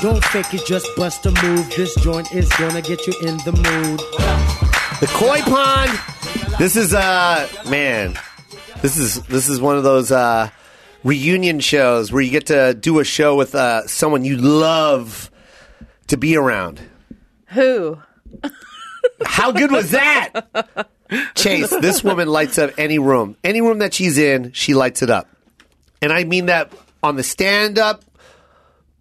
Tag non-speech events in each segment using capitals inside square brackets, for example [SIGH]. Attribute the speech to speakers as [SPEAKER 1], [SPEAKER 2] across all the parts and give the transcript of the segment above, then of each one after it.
[SPEAKER 1] Don't fake it, just bust a move. This joint is gonna get you in the mood.
[SPEAKER 2] The koi pond. This is uh man. This is this is one of those uh reunion shows where you get to do a show with uh someone you love to be around.
[SPEAKER 3] Who?
[SPEAKER 2] How good was that?
[SPEAKER 3] [LAUGHS]
[SPEAKER 2] Chase, this woman lights up any room. Any room that she's in, she lights it up. And I mean that on the stand up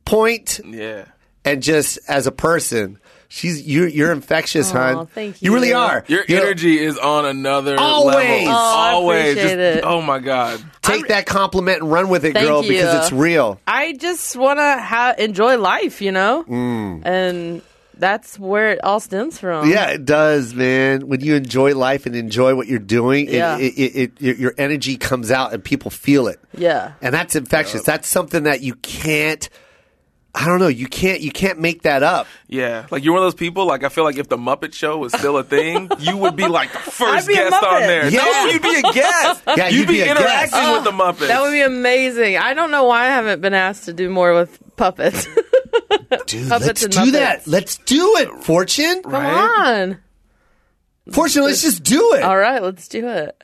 [SPEAKER 2] point
[SPEAKER 4] Yeah.
[SPEAKER 2] and just as a person. She's you're you're infectious,
[SPEAKER 3] Aw,
[SPEAKER 2] hon.
[SPEAKER 3] thank
[SPEAKER 2] You really
[SPEAKER 3] you.
[SPEAKER 2] are.
[SPEAKER 4] Your
[SPEAKER 2] You know,
[SPEAKER 4] energy is on another
[SPEAKER 2] Always.
[SPEAKER 4] level.
[SPEAKER 2] Oh,
[SPEAKER 3] I
[SPEAKER 4] always.
[SPEAKER 3] appreciate
[SPEAKER 4] Just-
[SPEAKER 3] it.
[SPEAKER 4] Oh my god.
[SPEAKER 2] Take that compliment and run with it,
[SPEAKER 3] Thank
[SPEAKER 2] girl, because
[SPEAKER 3] you.
[SPEAKER 2] it's real.
[SPEAKER 3] I just want to ha- enjoy life, you know? And that's where it all stems from.
[SPEAKER 2] Mm. Yeah, it does, man. When you enjoy life and enjoy what you're doing, it-
[SPEAKER 3] Yeah.
[SPEAKER 2] it, it, it, your- your energy comes out and people feel it.
[SPEAKER 3] Yeah.
[SPEAKER 2] and that's infectious. That's something that you can't. I don't know. You can't. You can't make that up.
[SPEAKER 4] Yeah, like you're one of those people. Like I feel like if the Muppet Show was still
[SPEAKER 2] [LAUGHS]
[SPEAKER 4] a thing, you would be like the first
[SPEAKER 3] be a
[SPEAKER 4] guest on
[SPEAKER 3] Muppet.
[SPEAKER 4] there.
[SPEAKER 2] Yeah.
[SPEAKER 4] No, you'd be a guest.
[SPEAKER 2] [LAUGHS] Yeah,
[SPEAKER 4] you'd,
[SPEAKER 2] you'd
[SPEAKER 4] be,
[SPEAKER 2] be a guest.
[SPEAKER 4] interacting with the Muppets.
[SPEAKER 3] That would be amazing. I don't know why I haven't been asked to do more with puppets. [LAUGHS]
[SPEAKER 2] Dude,
[SPEAKER 3] Puppets
[SPEAKER 2] let's
[SPEAKER 3] and
[SPEAKER 2] do
[SPEAKER 3] Muppets.
[SPEAKER 2] that. Let's do it, Fortune.
[SPEAKER 3] Come on.
[SPEAKER 2] Fortune, let's just do it.
[SPEAKER 3] All right, let's do it.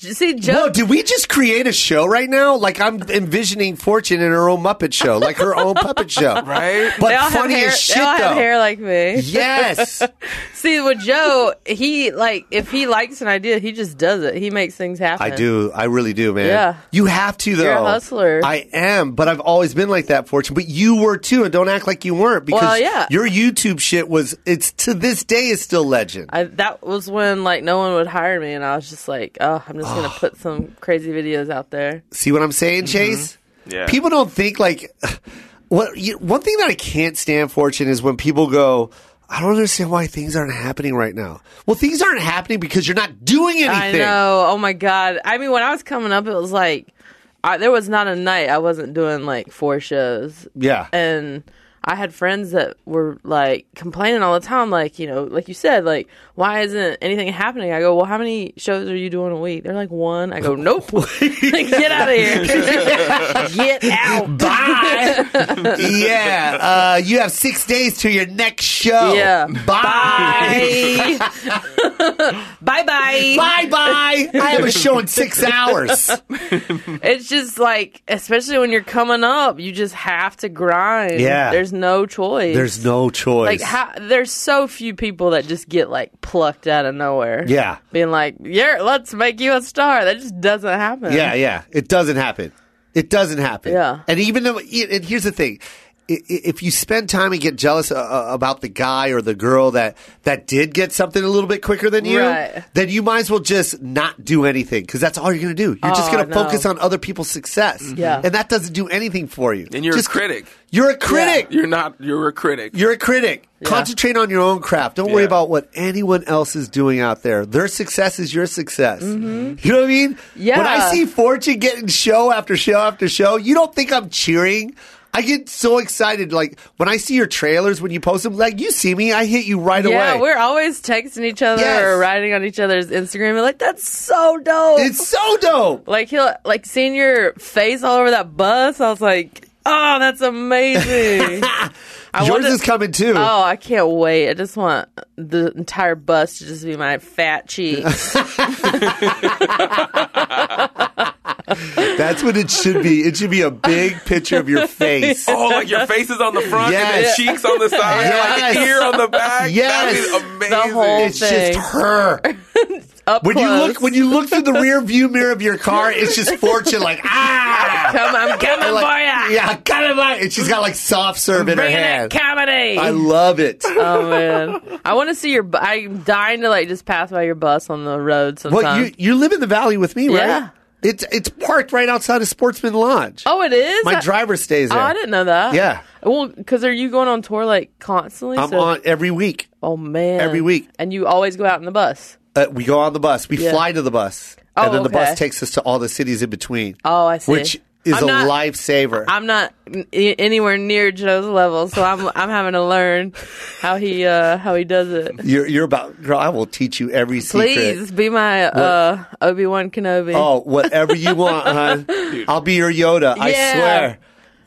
[SPEAKER 3] Did you see, Joe.
[SPEAKER 2] Whoa, did we just create a show right now? Like I'm envisioning Fortune in her own Muppet show, like her own puppet [LAUGHS] show,
[SPEAKER 4] right.
[SPEAKER 2] But
[SPEAKER 3] they all have
[SPEAKER 2] funny
[SPEAKER 3] hair,
[SPEAKER 2] as shit
[SPEAKER 3] they all
[SPEAKER 2] though.
[SPEAKER 3] have hair like me.
[SPEAKER 2] Yes,
[SPEAKER 3] See, with Joe, he like if he likes an idea, he just does it. He makes things happen.
[SPEAKER 2] [LAUGHS] I do. I really do, man.
[SPEAKER 3] Yeah.
[SPEAKER 2] You have to though.
[SPEAKER 3] You're a hustler.
[SPEAKER 2] I am, but I've always been like that, Fortune. But you were too, and don't act like you weren't because
[SPEAKER 3] Well, yeah.
[SPEAKER 2] your YouTube shit was it's to this day is still legend.
[SPEAKER 3] I, that was when like no one would hire me, and I was just like, oh, I'm just gonna put some crazy videos out there.
[SPEAKER 2] See what I'm saying, Chase?
[SPEAKER 4] Yeah.
[SPEAKER 2] People don't think like [SIGHS] what you, one thing that I can't stand fortune is when people go, I don't understand why things aren't happening right now. Well, things aren't happening because you're not doing anything.
[SPEAKER 3] I know. Oh my god. I mean, when I was coming up, it was like I, there was not a night I wasn't doing like four shows.
[SPEAKER 2] Yeah.
[SPEAKER 3] and I had friends that were like complaining all the time, like you know, like you said, like why isn't anything happening? I go, well, how many shows are you doing a week? They're like one. I go, nope, [LAUGHS] get out of here, [LAUGHS] get out.
[SPEAKER 2] Bye. [LAUGHS] yeah. Uh, you have six days to your next show.
[SPEAKER 3] Yeah.
[SPEAKER 2] Bye.
[SPEAKER 3] Bye. [LAUGHS] bye bye.
[SPEAKER 2] Bye bye. I have a show in six hours.
[SPEAKER 3] It's just like, especially when you're coming up, you just have to grind.
[SPEAKER 2] Yeah.
[SPEAKER 3] There's no choice.
[SPEAKER 2] There's no choice.
[SPEAKER 3] like how, there's so few people that just get like plucked out of nowhere.
[SPEAKER 2] Yeah.
[SPEAKER 3] Being like, yeah, let's make you a star. That just doesn't happen.
[SPEAKER 2] Yeah, yeah. It doesn't happen. It doesn't happen.
[SPEAKER 3] Yeah.
[SPEAKER 2] And even though, and here's the thing. I- i- If you spend time and get jealous uh, uh, about the guy or the girl that, that did get something a little bit quicker than you,
[SPEAKER 3] Right.
[SPEAKER 2] then you might as well just not do anything because that's all you're going to do. You're just
[SPEAKER 3] Oh,
[SPEAKER 2] going to
[SPEAKER 3] I know.
[SPEAKER 2] focus on other people's success.
[SPEAKER 3] Yeah.
[SPEAKER 2] And that doesn't do anything for you.
[SPEAKER 4] And you're
[SPEAKER 2] Just-
[SPEAKER 4] a critic.
[SPEAKER 2] You're a critic.
[SPEAKER 4] You're not. You're a critic.
[SPEAKER 2] You're a critic. Concentrate on your own craft. Don't worry
[SPEAKER 4] Yeah.
[SPEAKER 2] about what anyone else is doing out there. Their success is your success. You know what I mean?
[SPEAKER 3] Yeah.
[SPEAKER 2] When I see Fortune getting show after show after show, you don't think I'm cheering? I get so excited. Like when I see your trailers, when you post them, like you see me, I hit you right
[SPEAKER 3] Yeah,
[SPEAKER 2] away.
[SPEAKER 3] we're always texting each other
[SPEAKER 2] Yes.
[SPEAKER 3] or writing on each other's Instagram. We're like, that's so dope.
[SPEAKER 2] It's so dope.
[SPEAKER 3] like he'll like seeing your face all over that bus. I was like, oh,
[SPEAKER 2] [LAUGHS]
[SPEAKER 3] that's amazing. I
[SPEAKER 2] Yours
[SPEAKER 3] wanted-
[SPEAKER 2] is coming too.
[SPEAKER 3] Oh, I can't wait. I just want the entire bus to just be my fat cheeks.
[SPEAKER 2] That's what it should be. It should be a big picture of your face.
[SPEAKER 4] [LAUGHS] Oh,
[SPEAKER 2] [LAUGHS]
[SPEAKER 4] like your face is on the front
[SPEAKER 2] Yes.
[SPEAKER 4] and the cheeks
[SPEAKER 2] [LAUGHS]
[SPEAKER 4] on the side,
[SPEAKER 2] Yes.
[SPEAKER 4] like the ear on the back.
[SPEAKER 2] Yes.
[SPEAKER 4] That is amazing.
[SPEAKER 3] The whole-
[SPEAKER 2] It's just
[SPEAKER 3] Thanks.
[SPEAKER 2] her.
[SPEAKER 3] Up
[SPEAKER 2] When you
[SPEAKER 3] close.
[SPEAKER 2] look when you look through the rear view mirror of your car, it's
[SPEAKER 3] [LAUGHS]
[SPEAKER 2] just Fortune like ah.
[SPEAKER 3] Come, I'm coming
[SPEAKER 2] like,
[SPEAKER 3] for ya.
[SPEAKER 2] Yeah, kind of like, and she's got like soft serve in her
[SPEAKER 3] ah! Bringing
[SPEAKER 2] hand.
[SPEAKER 3] that comedy.
[SPEAKER 2] I love
[SPEAKER 3] [LAUGHS]
[SPEAKER 2] it.
[SPEAKER 3] oh man, I want to see your. bu- I'm dying to like just pass by your bus on the road sometime.
[SPEAKER 2] well, you you live in the valley with me, right?
[SPEAKER 3] Yeah.
[SPEAKER 2] It's it's parked right outside of Sportsman Lodge.
[SPEAKER 3] oh, it is.
[SPEAKER 2] My
[SPEAKER 3] I-
[SPEAKER 2] driver stays
[SPEAKER 3] Oh,
[SPEAKER 2] there.
[SPEAKER 3] I didn't know that.
[SPEAKER 2] Yeah.
[SPEAKER 3] Well, because are you going on tour like constantly?
[SPEAKER 2] I'm
[SPEAKER 3] So-
[SPEAKER 2] on every week.
[SPEAKER 3] Oh man.
[SPEAKER 2] every week.
[SPEAKER 3] And you always go out in the bus.
[SPEAKER 2] Uh, we go on the bus. We
[SPEAKER 3] Yeah.
[SPEAKER 2] fly to the bus,
[SPEAKER 3] Oh,
[SPEAKER 2] and then the bus
[SPEAKER 3] okay.
[SPEAKER 2] takes us to all the cities in between.
[SPEAKER 3] Oh, I see.
[SPEAKER 2] Which is
[SPEAKER 3] I'm
[SPEAKER 2] a
[SPEAKER 3] not-
[SPEAKER 2] lifesaver.
[SPEAKER 3] I'm not n- i- anywhere near Joe's level, so I'm I'm having to learn how he uh how he does it.
[SPEAKER 2] you're you're about girl. I will teach you every secret.
[SPEAKER 3] Please be my uh Obi Wan Kenobi. [LAUGHS]
[SPEAKER 2] Oh, whatever you want, hon. I'll be your Yoda. I
[SPEAKER 3] Yeah.
[SPEAKER 2] swear.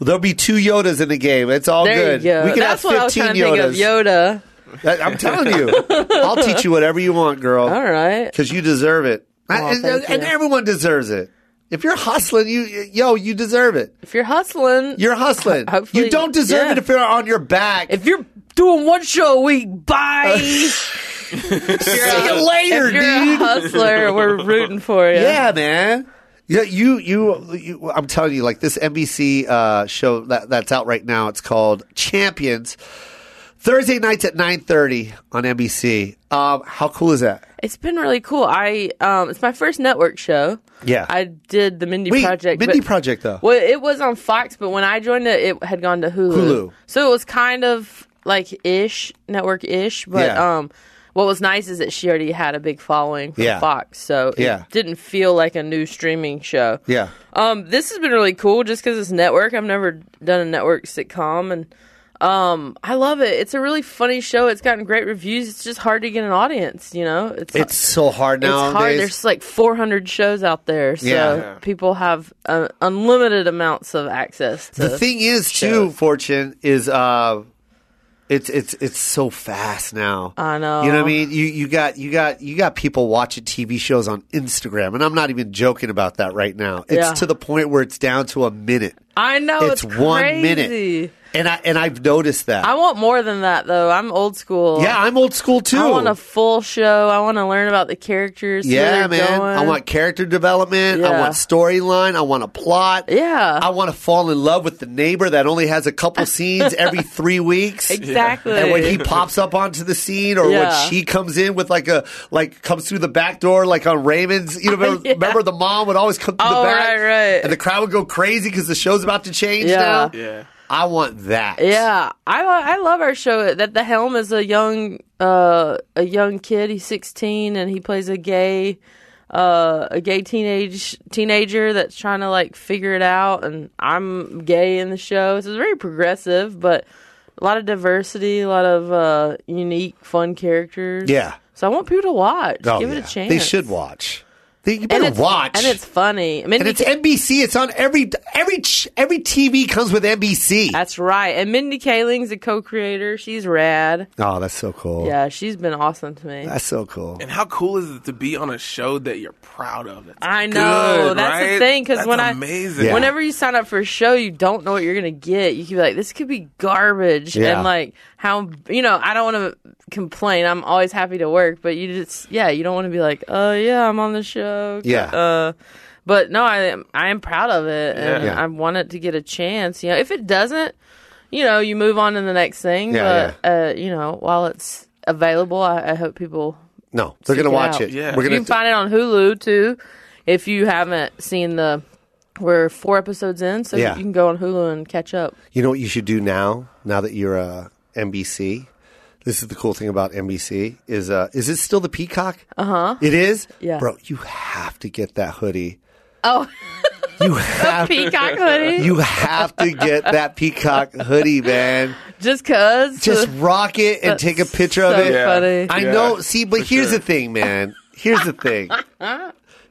[SPEAKER 2] There'll be two Yodas in the game. It's all
[SPEAKER 3] There
[SPEAKER 2] good.
[SPEAKER 3] you go.
[SPEAKER 2] We can
[SPEAKER 3] That's what I
[SPEAKER 2] have
[SPEAKER 3] was
[SPEAKER 2] 15
[SPEAKER 3] trying to think of.
[SPEAKER 2] Yodas.
[SPEAKER 3] Yoda.
[SPEAKER 2] That- I'm telling
[SPEAKER 3] [LAUGHS]
[SPEAKER 2] you. I'll teach you whatever you want, girl.
[SPEAKER 3] All right. Oh,
[SPEAKER 2] Because you deserve it. I- and,
[SPEAKER 3] thank
[SPEAKER 2] and
[SPEAKER 3] you.
[SPEAKER 2] everyone deserves it. If you're hustling, you yo, you deserve it.
[SPEAKER 3] If you're hustling,
[SPEAKER 2] You're hustling.
[SPEAKER 3] [LAUGHS] Hopefully-
[SPEAKER 2] you don't deserve
[SPEAKER 3] yeah.
[SPEAKER 2] it if you're on your back.
[SPEAKER 3] if you're doing one show a week,
[SPEAKER 2] [LAUGHS]
[SPEAKER 3] bye. See
[SPEAKER 2] See you later,
[SPEAKER 3] if you're
[SPEAKER 2] dude.
[SPEAKER 3] a hustler, we're rooting for you.
[SPEAKER 2] Yeah, man. Yeah, you, you, you. I'm telling you, like this NBC uh, show that that's out right now. It's called Champions. Thursday nights at 9:30 on NBC. Um, how cool is that?
[SPEAKER 3] It's been really cool. I um, it's my first network show.
[SPEAKER 2] Yeah.
[SPEAKER 3] I did the Mindy
[SPEAKER 2] Wait,
[SPEAKER 3] Project.
[SPEAKER 2] Mindy
[SPEAKER 3] but-
[SPEAKER 2] Project though.
[SPEAKER 3] Well, it was on Fox, but when I joined it, it had gone to Hulu.
[SPEAKER 2] Hulu.
[SPEAKER 3] So it was kind of like ish network ish, but
[SPEAKER 2] Yeah.
[SPEAKER 3] um, what was nice is that she already had a big following from
[SPEAKER 2] Yeah.
[SPEAKER 3] Fox, so it
[SPEAKER 2] Yeah.
[SPEAKER 3] didn't feel like a new streaming show.
[SPEAKER 2] Yeah.
[SPEAKER 3] Um, this has been really cool just because it's network. I've never done a network sitcom, and um, I love it. It's a really funny show. It's gotten great reviews. It's just hard to get an audience. You know, it's
[SPEAKER 2] It's so hard
[SPEAKER 3] it's
[SPEAKER 2] nowadays.
[SPEAKER 3] hard. There's like 400 shows out there, so
[SPEAKER 2] Yeah. Yeah.
[SPEAKER 3] people have uh, unlimited amounts of access. To,
[SPEAKER 2] the thing is, too, Fortune is uh, it's it's it's so fast now.
[SPEAKER 3] I know.
[SPEAKER 2] You know what I mean? You you got you got you got people watching TV shows on Instagram, and I'm not even joking about that right now. It's
[SPEAKER 3] Yeah.
[SPEAKER 2] to the point where it's down to a minute.
[SPEAKER 3] I know
[SPEAKER 2] it's,
[SPEAKER 3] it's,
[SPEAKER 2] one
[SPEAKER 3] crazy.
[SPEAKER 2] minute, and I and I've noticed that.
[SPEAKER 3] I want more than that, though. I'm old school.
[SPEAKER 2] yeah, I'm old school too.
[SPEAKER 3] I want a full show. I want to learn about the characters. see where
[SPEAKER 2] yeah,
[SPEAKER 3] they're
[SPEAKER 2] man.
[SPEAKER 3] going.
[SPEAKER 2] I want character development. I
[SPEAKER 3] Yeah.
[SPEAKER 2] want storyline. I want a plot.
[SPEAKER 3] Yeah.
[SPEAKER 2] I want to fall in love with the neighbor that only has a couple
[SPEAKER 3] [LAUGHS]
[SPEAKER 2] scenes every three weeks.
[SPEAKER 3] exactly.
[SPEAKER 2] And when he pops up onto the scene, or
[SPEAKER 3] Yeah.
[SPEAKER 2] when she comes in with like a like comes through the back door, like on Raymond's,
[SPEAKER 3] [LAUGHS]
[SPEAKER 2] you know, remember,
[SPEAKER 3] Yeah.
[SPEAKER 2] remember the mom would always come through
[SPEAKER 3] Oh,
[SPEAKER 2] the back,
[SPEAKER 3] right, right.
[SPEAKER 2] and the crowd would go crazy because the show's about to change
[SPEAKER 3] Yeah.
[SPEAKER 2] now.
[SPEAKER 4] Yeah.
[SPEAKER 2] I want that.
[SPEAKER 3] Yeah, I I love our show. That the helm is a young uh a young kid. He's sixteen and he plays a gay uh a gay teenage teenager that's trying to like figure it out. And I'm gay in the show. So it's very progressive, but a lot of diversity, a lot of uh unique, fun characters.
[SPEAKER 2] Yeah.
[SPEAKER 3] So I want people to watch.
[SPEAKER 2] Oh,
[SPEAKER 3] Give it
[SPEAKER 2] yeah.
[SPEAKER 3] a chance.
[SPEAKER 2] They should watch. They, you
[SPEAKER 3] And
[SPEAKER 2] better
[SPEAKER 3] it's,
[SPEAKER 2] watch.
[SPEAKER 3] and it's funny. Mindy
[SPEAKER 2] and it's
[SPEAKER 3] K-
[SPEAKER 2] NBC. It's on every every ch- every TV comes with NBC.
[SPEAKER 3] that's right. And Mindy Kaling's a co-creator. She's rad.
[SPEAKER 2] oh, that's so cool.
[SPEAKER 3] Yeah, she's been awesome to me.
[SPEAKER 2] That's so cool.
[SPEAKER 4] And how cool is it to be on a show that you're proud of? That's
[SPEAKER 3] I know.
[SPEAKER 4] good,
[SPEAKER 3] That's the
[SPEAKER 4] right?
[SPEAKER 3] thing, 'cause
[SPEAKER 4] That's
[SPEAKER 3] when I-
[SPEAKER 4] amazing.
[SPEAKER 2] Yeah.
[SPEAKER 3] Whenever you sign up for a show, you don't know what you're gonna get. You could be like, "This could be garbage,"
[SPEAKER 2] Yeah.
[SPEAKER 3] and like how you know I don't want to complain. I'm always happy to work, but you just yeah, you don't want to be like, "Oh yeah, I'm on the show."
[SPEAKER 2] Yeah.
[SPEAKER 3] Uh, but no, I am I am proud of it, and
[SPEAKER 2] Yeah.
[SPEAKER 3] I want it to get a chance. You know, if it doesn't, you know, you move on to the next thing.
[SPEAKER 2] Yeah,
[SPEAKER 3] but uh, you know, while it's available, I, I hope people
[SPEAKER 2] No, they're
[SPEAKER 3] Check
[SPEAKER 2] gonna
[SPEAKER 3] it
[SPEAKER 2] watch
[SPEAKER 3] out.
[SPEAKER 2] it.
[SPEAKER 4] Yeah.
[SPEAKER 2] We're gonna
[SPEAKER 3] you can find it on Hulu too, if you haven't seen the. We're four episodes in, so
[SPEAKER 2] Yeah.
[SPEAKER 3] you can go on Hulu and catch up.
[SPEAKER 2] You know what you should do now? Now that you're uh, NBC, this is the cool thing about NBC is uh, is it still the Peacock? Uh huh. It is.
[SPEAKER 3] Uh-huh. Yeah.
[SPEAKER 2] bro, you have to get that hoodie.
[SPEAKER 3] Oh, [LAUGHS]
[SPEAKER 2] You have [LAUGHS]
[SPEAKER 3] Peacock hoodie,
[SPEAKER 2] you have to get that Peacock hoodie,
[SPEAKER 3] [LAUGHS]
[SPEAKER 2] man.
[SPEAKER 3] just cause. [LAUGHS]
[SPEAKER 2] Just rock it and take a picture of
[SPEAKER 3] so
[SPEAKER 2] it.
[SPEAKER 3] funny.
[SPEAKER 2] I
[SPEAKER 4] Yeah,
[SPEAKER 2] know. See, but here's the thing, man. Here's the
[SPEAKER 3] [LAUGHS]
[SPEAKER 2] thing.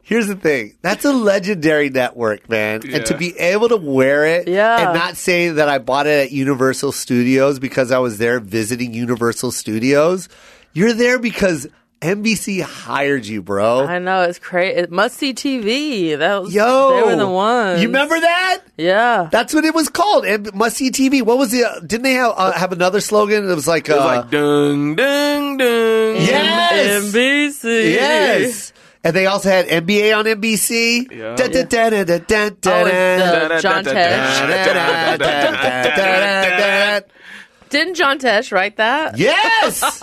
[SPEAKER 2] Here's the thing. That's a legendary network, man. And to
[SPEAKER 4] Yeah.
[SPEAKER 2] be able to wear it
[SPEAKER 3] Yeah.
[SPEAKER 2] and not say that I bought it at Universal Studios because I was there visiting Universal Studios, you're there because NBC hired you, bro.
[SPEAKER 3] I know it's crazy. It must see TV. That was
[SPEAKER 2] Yo,
[SPEAKER 3] they were the ones.
[SPEAKER 2] You remember that?
[SPEAKER 3] Yeah,
[SPEAKER 2] That's what it was called. And must see TV. What was the? Didn't they have uh, have another slogan? It was like,
[SPEAKER 4] It's
[SPEAKER 2] uh,
[SPEAKER 4] like dung, dung, dung.
[SPEAKER 2] Yes!
[SPEAKER 3] NBC.
[SPEAKER 2] Yes. [LAUGHS] And they also had NBA on NBC.
[SPEAKER 4] Yeah.
[SPEAKER 2] Dun, dun, dun, dun, dun, dun,
[SPEAKER 3] Oh,
[SPEAKER 2] dun,
[SPEAKER 3] it's
[SPEAKER 2] dun.
[SPEAKER 3] the John
[SPEAKER 4] Oh,
[SPEAKER 3] Tesh.
[SPEAKER 2] Dun, dun, dun, dun, dun, dun.
[SPEAKER 3] Didn't John Tesh write that?
[SPEAKER 2] Yes.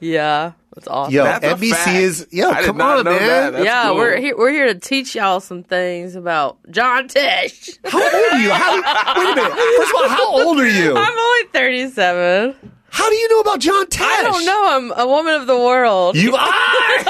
[SPEAKER 3] Yeah, that's awesome.
[SPEAKER 2] Yo,
[SPEAKER 4] That's a fact.
[SPEAKER 2] NBC is yo.
[SPEAKER 4] I did
[SPEAKER 2] Come
[SPEAKER 4] not
[SPEAKER 2] on,
[SPEAKER 4] know that.
[SPEAKER 2] man.
[SPEAKER 4] That's
[SPEAKER 3] yeah,
[SPEAKER 4] cool.
[SPEAKER 3] we're here. We're here to teach y'all some things about John Tesh.
[SPEAKER 2] How old are you? How, wait a minute. First of all, how old are you?
[SPEAKER 3] [LAUGHS] I'm only 37.
[SPEAKER 2] How do you know about John Tesh?
[SPEAKER 3] I don't know. I'm a woman of the world.
[SPEAKER 2] You are.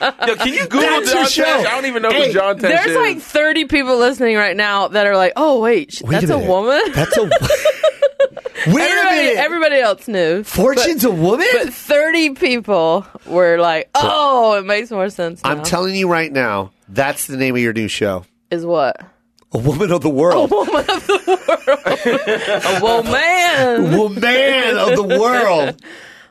[SPEAKER 4] Yo, can you Google
[SPEAKER 2] That's your
[SPEAKER 4] John
[SPEAKER 2] show.
[SPEAKER 4] Tesh? I don't even know
[SPEAKER 2] Hey,
[SPEAKER 4] who John Tesh
[SPEAKER 3] There's
[SPEAKER 4] is.
[SPEAKER 3] like 30 people listening right now that are like, oh, wait, sh-
[SPEAKER 2] Wait
[SPEAKER 3] that's a,
[SPEAKER 2] minute.
[SPEAKER 3] woman?
[SPEAKER 2] That's a. Wait a
[SPEAKER 3] [LAUGHS] everybody,
[SPEAKER 2] minute.
[SPEAKER 3] everybody else knew.
[SPEAKER 2] Fortune's a woman.
[SPEAKER 3] But 30 people were like, oh, it makes more sense now.
[SPEAKER 2] I'm telling you right now. That's the name of your new show.
[SPEAKER 3] Is what?
[SPEAKER 2] A woman of the world.
[SPEAKER 3] woman of the world. a
[SPEAKER 2] [LAUGHS]
[SPEAKER 3] woman.
[SPEAKER 2] Woman of the world.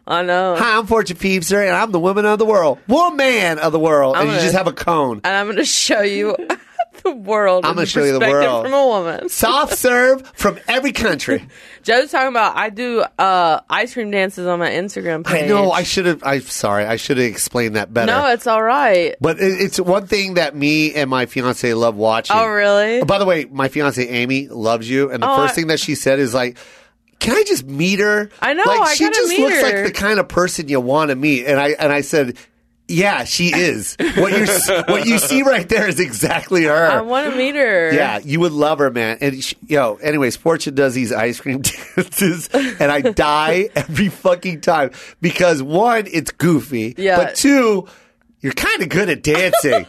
[SPEAKER 3] I know.
[SPEAKER 2] Hi, I'm Fortune Peepster, and I'm the woman of the world. Woman of the world. And you
[SPEAKER 3] gonna-
[SPEAKER 2] just have a cone.
[SPEAKER 3] And I'm going to show you [LAUGHS] the world.
[SPEAKER 2] I'm
[SPEAKER 3] and
[SPEAKER 2] gonna show you the
[SPEAKER 3] perspective
[SPEAKER 2] world.
[SPEAKER 3] from a woman.
[SPEAKER 2] Soft serve from every country.
[SPEAKER 3] Joe's talking about I do uh, ice cream dances on my Instagram page.
[SPEAKER 2] I know I should have. I'm sorry. I should have explained that better.
[SPEAKER 3] No, it's all right.
[SPEAKER 2] but it, it's one thing that me and my fiance love watching.
[SPEAKER 3] Oh, really?
[SPEAKER 2] Oh, by the way, my fiance Amy loves you, and the
[SPEAKER 3] Oh,
[SPEAKER 2] first
[SPEAKER 3] I-
[SPEAKER 2] thing that she said is like, "Can I just meet her?"
[SPEAKER 3] I know,
[SPEAKER 2] Like
[SPEAKER 3] I
[SPEAKER 2] she
[SPEAKER 3] gotta
[SPEAKER 2] just
[SPEAKER 3] meet
[SPEAKER 2] looks like
[SPEAKER 3] her.
[SPEAKER 2] the kind of person you want to meet, and I and I said. Yeah, she is. What you
[SPEAKER 3] [LAUGHS]
[SPEAKER 2] what you see right there is exactly her.
[SPEAKER 3] I want to meet her.
[SPEAKER 2] Yeah, you would love her, man. And she, yo, anyways, Fortune does these ice cream [LAUGHS] dances, and I
[SPEAKER 3] [LAUGHS]
[SPEAKER 2] die every fucking time because one, it's goofy,
[SPEAKER 3] Yeah.
[SPEAKER 2] but two, you're kind of good at
[SPEAKER 3] [LAUGHS]
[SPEAKER 2] dancing,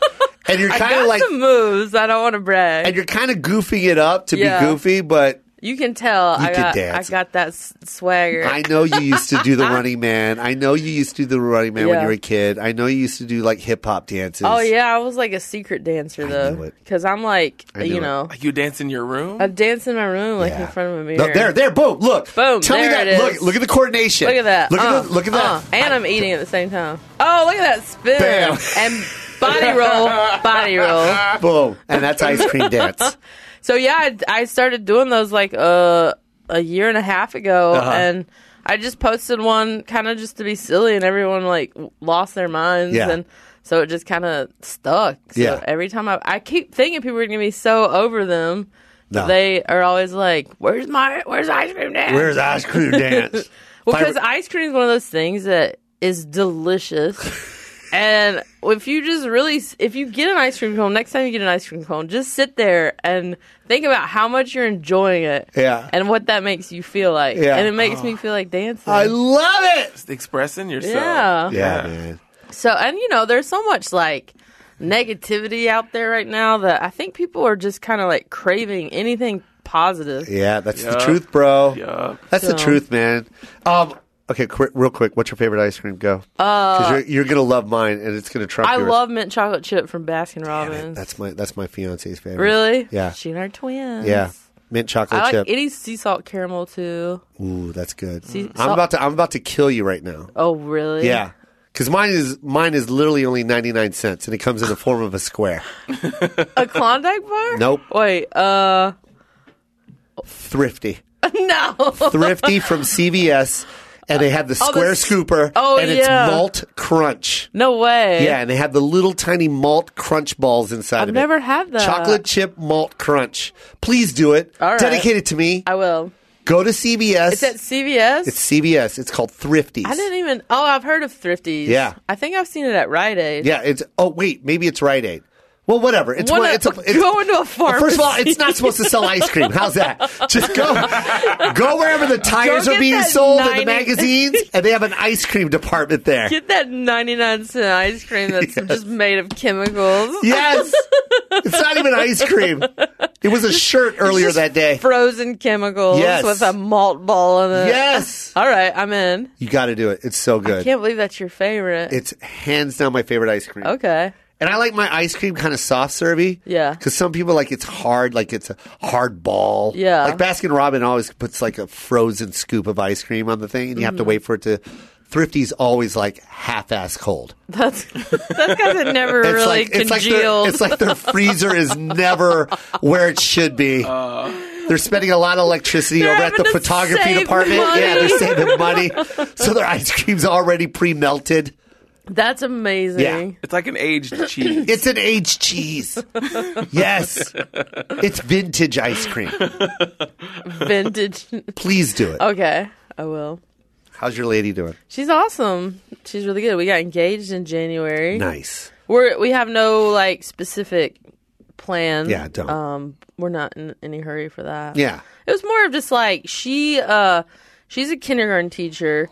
[SPEAKER 2] and you're
[SPEAKER 3] I
[SPEAKER 2] kind
[SPEAKER 3] got
[SPEAKER 2] of like,
[SPEAKER 3] some moves. I don't want to brag.
[SPEAKER 2] and you're kind of goofing it up to
[SPEAKER 3] Yeah.
[SPEAKER 2] be goofy, but.
[SPEAKER 3] you can tell I
[SPEAKER 2] can
[SPEAKER 3] got
[SPEAKER 2] dance.
[SPEAKER 3] I got that s- swagger.
[SPEAKER 2] I know you used to
[SPEAKER 3] [LAUGHS]
[SPEAKER 2] do the running man. I know you used to do the running man when
[SPEAKER 3] Yeah.
[SPEAKER 2] you were a kid. I know you used to do like hip hop dances.
[SPEAKER 3] oh yeah, I was like a secret dancer
[SPEAKER 2] knew
[SPEAKER 3] though,
[SPEAKER 2] it.
[SPEAKER 3] because I'm like
[SPEAKER 2] I knew
[SPEAKER 3] you
[SPEAKER 2] it.
[SPEAKER 3] know
[SPEAKER 4] Like you dance in your room?
[SPEAKER 3] I dance in my room like
[SPEAKER 2] Yeah.
[SPEAKER 3] in front of a
[SPEAKER 2] No,
[SPEAKER 3] mirror.
[SPEAKER 2] there, there, boom! Look,
[SPEAKER 3] Boom,
[SPEAKER 2] Tell me
[SPEAKER 3] there
[SPEAKER 2] that.
[SPEAKER 3] it is.
[SPEAKER 2] Look, look at the coordination.
[SPEAKER 3] Look at that.
[SPEAKER 2] Look
[SPEAKER 3] Uh,
[SPEAKER 2] at the, look at
[SPEAKER 3] uh.
[SPEAKER 2] that.
[SPEAKER 3] And I'm eating at the same time. Oh, look at that spin
[SPEAKER 2] Bam.
[SPEAKER 3] and body roll,
[SPEAKER 2] [LAUGHS]
[SPEAKER 3] body roll.
[SPEAKER 2] Boom. And that's ice cream
[SPEAKER 3] [LAUGHS] Uh.
[SPEAKER 2] dance.
[SPEAKER 3] So yeah, I, I started doing those like uh, a year and a half ago,
[SPEAKER 2] Uh-huh.
[SPEAKER 3] and I just posted one kind of just to be silly, and everyone like w- lost their minds,
[SPEAKER 2] Yeah.
[SPEAKER 3] and so it just kind of stuck. So
[SPEAKER 2] Yeah.
[SPEAKER 3] every time I, I keep thinking people are gonna be so over them,
[SPEAKER 2] No.
[SPEAKER 3] they are always like, "Where's my Where's ice cream dance?"
[SPEAKER 2] Where's ice cream
[SPEAKER 3] [LAUGHS]
[SPEAKER 2] dance?
[SPEAKER 3] because ice cream is one of those things that
[SPEAKER 2] [LAUGHS]
[SPEAKER 3] is delicious. and if you just really, if you get an ice cream cone, next time you get an ice cream cone, just sit there and think about how much you're enjoying it.
[SPEAKER 2] Yeah.
[SPEAKER 3] And what that makes you feel like.
[SPEAKER 2] Yeah. Ah.
[SPEAKER 3] And it makes me feel like dancing.
[SPEAKER 2] I love it.
[SPEAKER 4] Just expressing yourself.
[SPEAKER 3] yeah.
[SPEAKER 2] Yeah, man.
[SPEAKER 3] So, and you know, there's so much like negativity out there right now that I think people are just kind of like craving anything positive.
[SPEAKER 2] Yeah, that's the
[SPEAKER 4] Yup.
[SPEAKER 2] truth, bro.
[SPEAKER 4] Yup.
[SPEAKER 2] That's the
[SPEAKER 3] So-
[SPEAKER 2] truth, man. Um, okay, quick, real quick. What's your favorite ice cream? Go. Because you're, you're gonna love mine, and it's gonna trump
[SPEAKER 3] Uh, I
[SPEAKER 2] yours.
[SPEAKER 3] love mint chocolate chip from Baskin Robbins.
[SPEAKER 2] That's my that's my fiance's favorite.
[SPEAKER 3] Really?
[SPEAKER 2] Yeah.
[SPEAKER 3] She and her twins.
[SPEAKER 2] Yeah. Mint chocolate
[SPEAKER 3] I
[SPEAKER 2] chip.
[SPEAKER 3] like any sea salt caramel too.
[SPEAKER 2] Ooh, that's good. I'm
[SPEAKER 3] salt-
[SPEAKER 2] about to I'm about to kill you right now.
[SPEAKER 3] Oh, really?
[SPEAKER 2] Yeah. Because mine is mine is literally only ninety nine cents, and it comes in the form of a square.
[SPEAKER 3] [LAUGHS] A Klondike bar?
[SPEAKER 2] Nope.
[SPEAKER 3] Wait, uh, [LAUGHS]
[SPEAKER 2] Thrifty.
[SPEAKER 3] no.
[SPEAKER 2] Thrifty from
[SPEAKER 3] [LAUGHS]
[SPEAKER 2] CVS, and they have the square
[SPEAKER 3] this-
[SPEAKER 2] scooper,
[SPEAKER 3] oh,
[SPEAKER 2] and
[SPEAKER 3] yeah.
[SPEAKER 2] it's malt crunch.
[SPEAKER 3] No way.
[SPEAKER 2] Yeah, and they have the little tiny malt crunch balls inside
[SPEAKER 3] I've
[SPEAKER 2] of it.
[SPEAKER 3] never had that.
[SPEAKER 2] Chocolate chip malt crunch. Please do it.
[SPEAKER 3] All right.
[SPEAKER 2] Dedicate it to me.
[SPEAKER 3] I will.
[SPEAKER 2] Go to CVS.
[SPEAKER 3] It's at CVS?
[SPEAKER 2] It's CVS. It's called Thrifties.
[SPEAKER 3] I didn't even. Oh, I've heard of Thrifties.
[SPEAKER 2] Yeah.
[SPEAKER 3] I think I've seen it at Rite Aid.
[SPEAKER 2] Yeah, it's. Oh wait, maybe it's Rite Aid. Well, whatever. It's
[SPEAKER 3] Wanna
[SPEAKER 2] one. It's a. It's,
[SPEAKER 3] go into a
[SPEAKER 2] Well, first of all,
[SPEAKER 3] pharmacy.
[SPEAKER 2] it's not supposed to sell ice cream. How's that? Just go, go wherever the tires
[SPEAKER 3] Go
[SPEAKER 2] are
[SPEAKER 3] get
[SPEAKER 2] being
[SPEAKER 3] that
[SPEAKER 2] sold and
[SPEAKER 3] 90
[SPEAKER 2] the magazines, and they have an ice cream department there.
[SPEAKER 3] Get that 99 cent ice cream
[SPEAKER 2] [LAUGHS]
[SPEAKER 3] that's just made of chemicals. [LAUGHS]
[SPEAKER 2] Yes. It's not even ice cream. It was a shirt earlier
[SPEAKER 3] Just
[SPEAKER 2] that day.
[SPEAKER 3] Frozen chemicals
[SPEAKER 2] Yes.
[SPEAKER 3] with a malt ball in it.
[SPEAKER 2] Yes.
[SPEAKER 3] All right, I'm in.
[SPEAKER 2] You got to do it. It's so
[SPEAKER 3] I
[SPEAKER 2] good.
[SPEAKER 3] can't believe that's your favorite.
[SPEAKER 2] It's hands down my favorite ice cream.
[SPEAKER 3] okay.
[SPEAKER 2] And I like my ice cream kind of soft servy.
[SPEAKER 3] Yeah.
[SPEAKER 2] Because some people like it's hard, like it's a hard ball.
[SPEAKER 3] Yeah.
[SPEAKER 2] Like Baskin Robin always puts like a frozen scoop of ice cream on the thing and you
[SPEAKER 3] Mm-hmm.
[SPEAKER 2] have to wait for it to. Thrifty's always like half ass cold.
[SPEAKER 3] That's [LAUGHS] that's because it never
[SPEAKER 2] It's
[SPEAKER 3] really
[SPEAKER 2] like it's like, their,
[SPEAKER 3] congealed.
[SPEAKER 2] it's like their freezer is never where it should be. they're spending a lot of electricity
[SPEAKER 3] They're
[SPEAKER 2] over at the
[SPEAKER 3] having to
[SPEAKER 2] photography
[SPEAKER 3] save
[SPEAKER 2] department. Yeah, they're
[SPEAKER 3] money.
[SPEAKER 2] saving money, so their ice cream's already pre-melted.
[SPEAKER 3] that's amazing.
[SPEAKER 2] Yeah.
[SPEAKER 4] It's like an
[SPEAKER 3] [CLEARS THROAT]
[SPEAKER 4] aged cheese.
[SPEAKER 2] It's an aged cheese. yes, it's vintage ice cream.
[SPEAKER 3] [LAUGHS] Vintage.
[SPEAKER 2] Please do it.
[SPEAKER 3] okay, I will.
[SPEAKER 2] How's your lady doing?
[SPEAKER 3] Oh. She's awesome. She's really good. We got engaged in January.
[SPEAKER 2] Nice.
[SPEAKER 3] We're we have no like specific plan.
[SPEAKER 2] Yeah, don't.
[SPEAKER 3] Um, we're not in any hurry for that.
[SPEAKER 2] Yeah.
[SPEAKER 3] It was more of just like she uh she's a kindergarten teacher.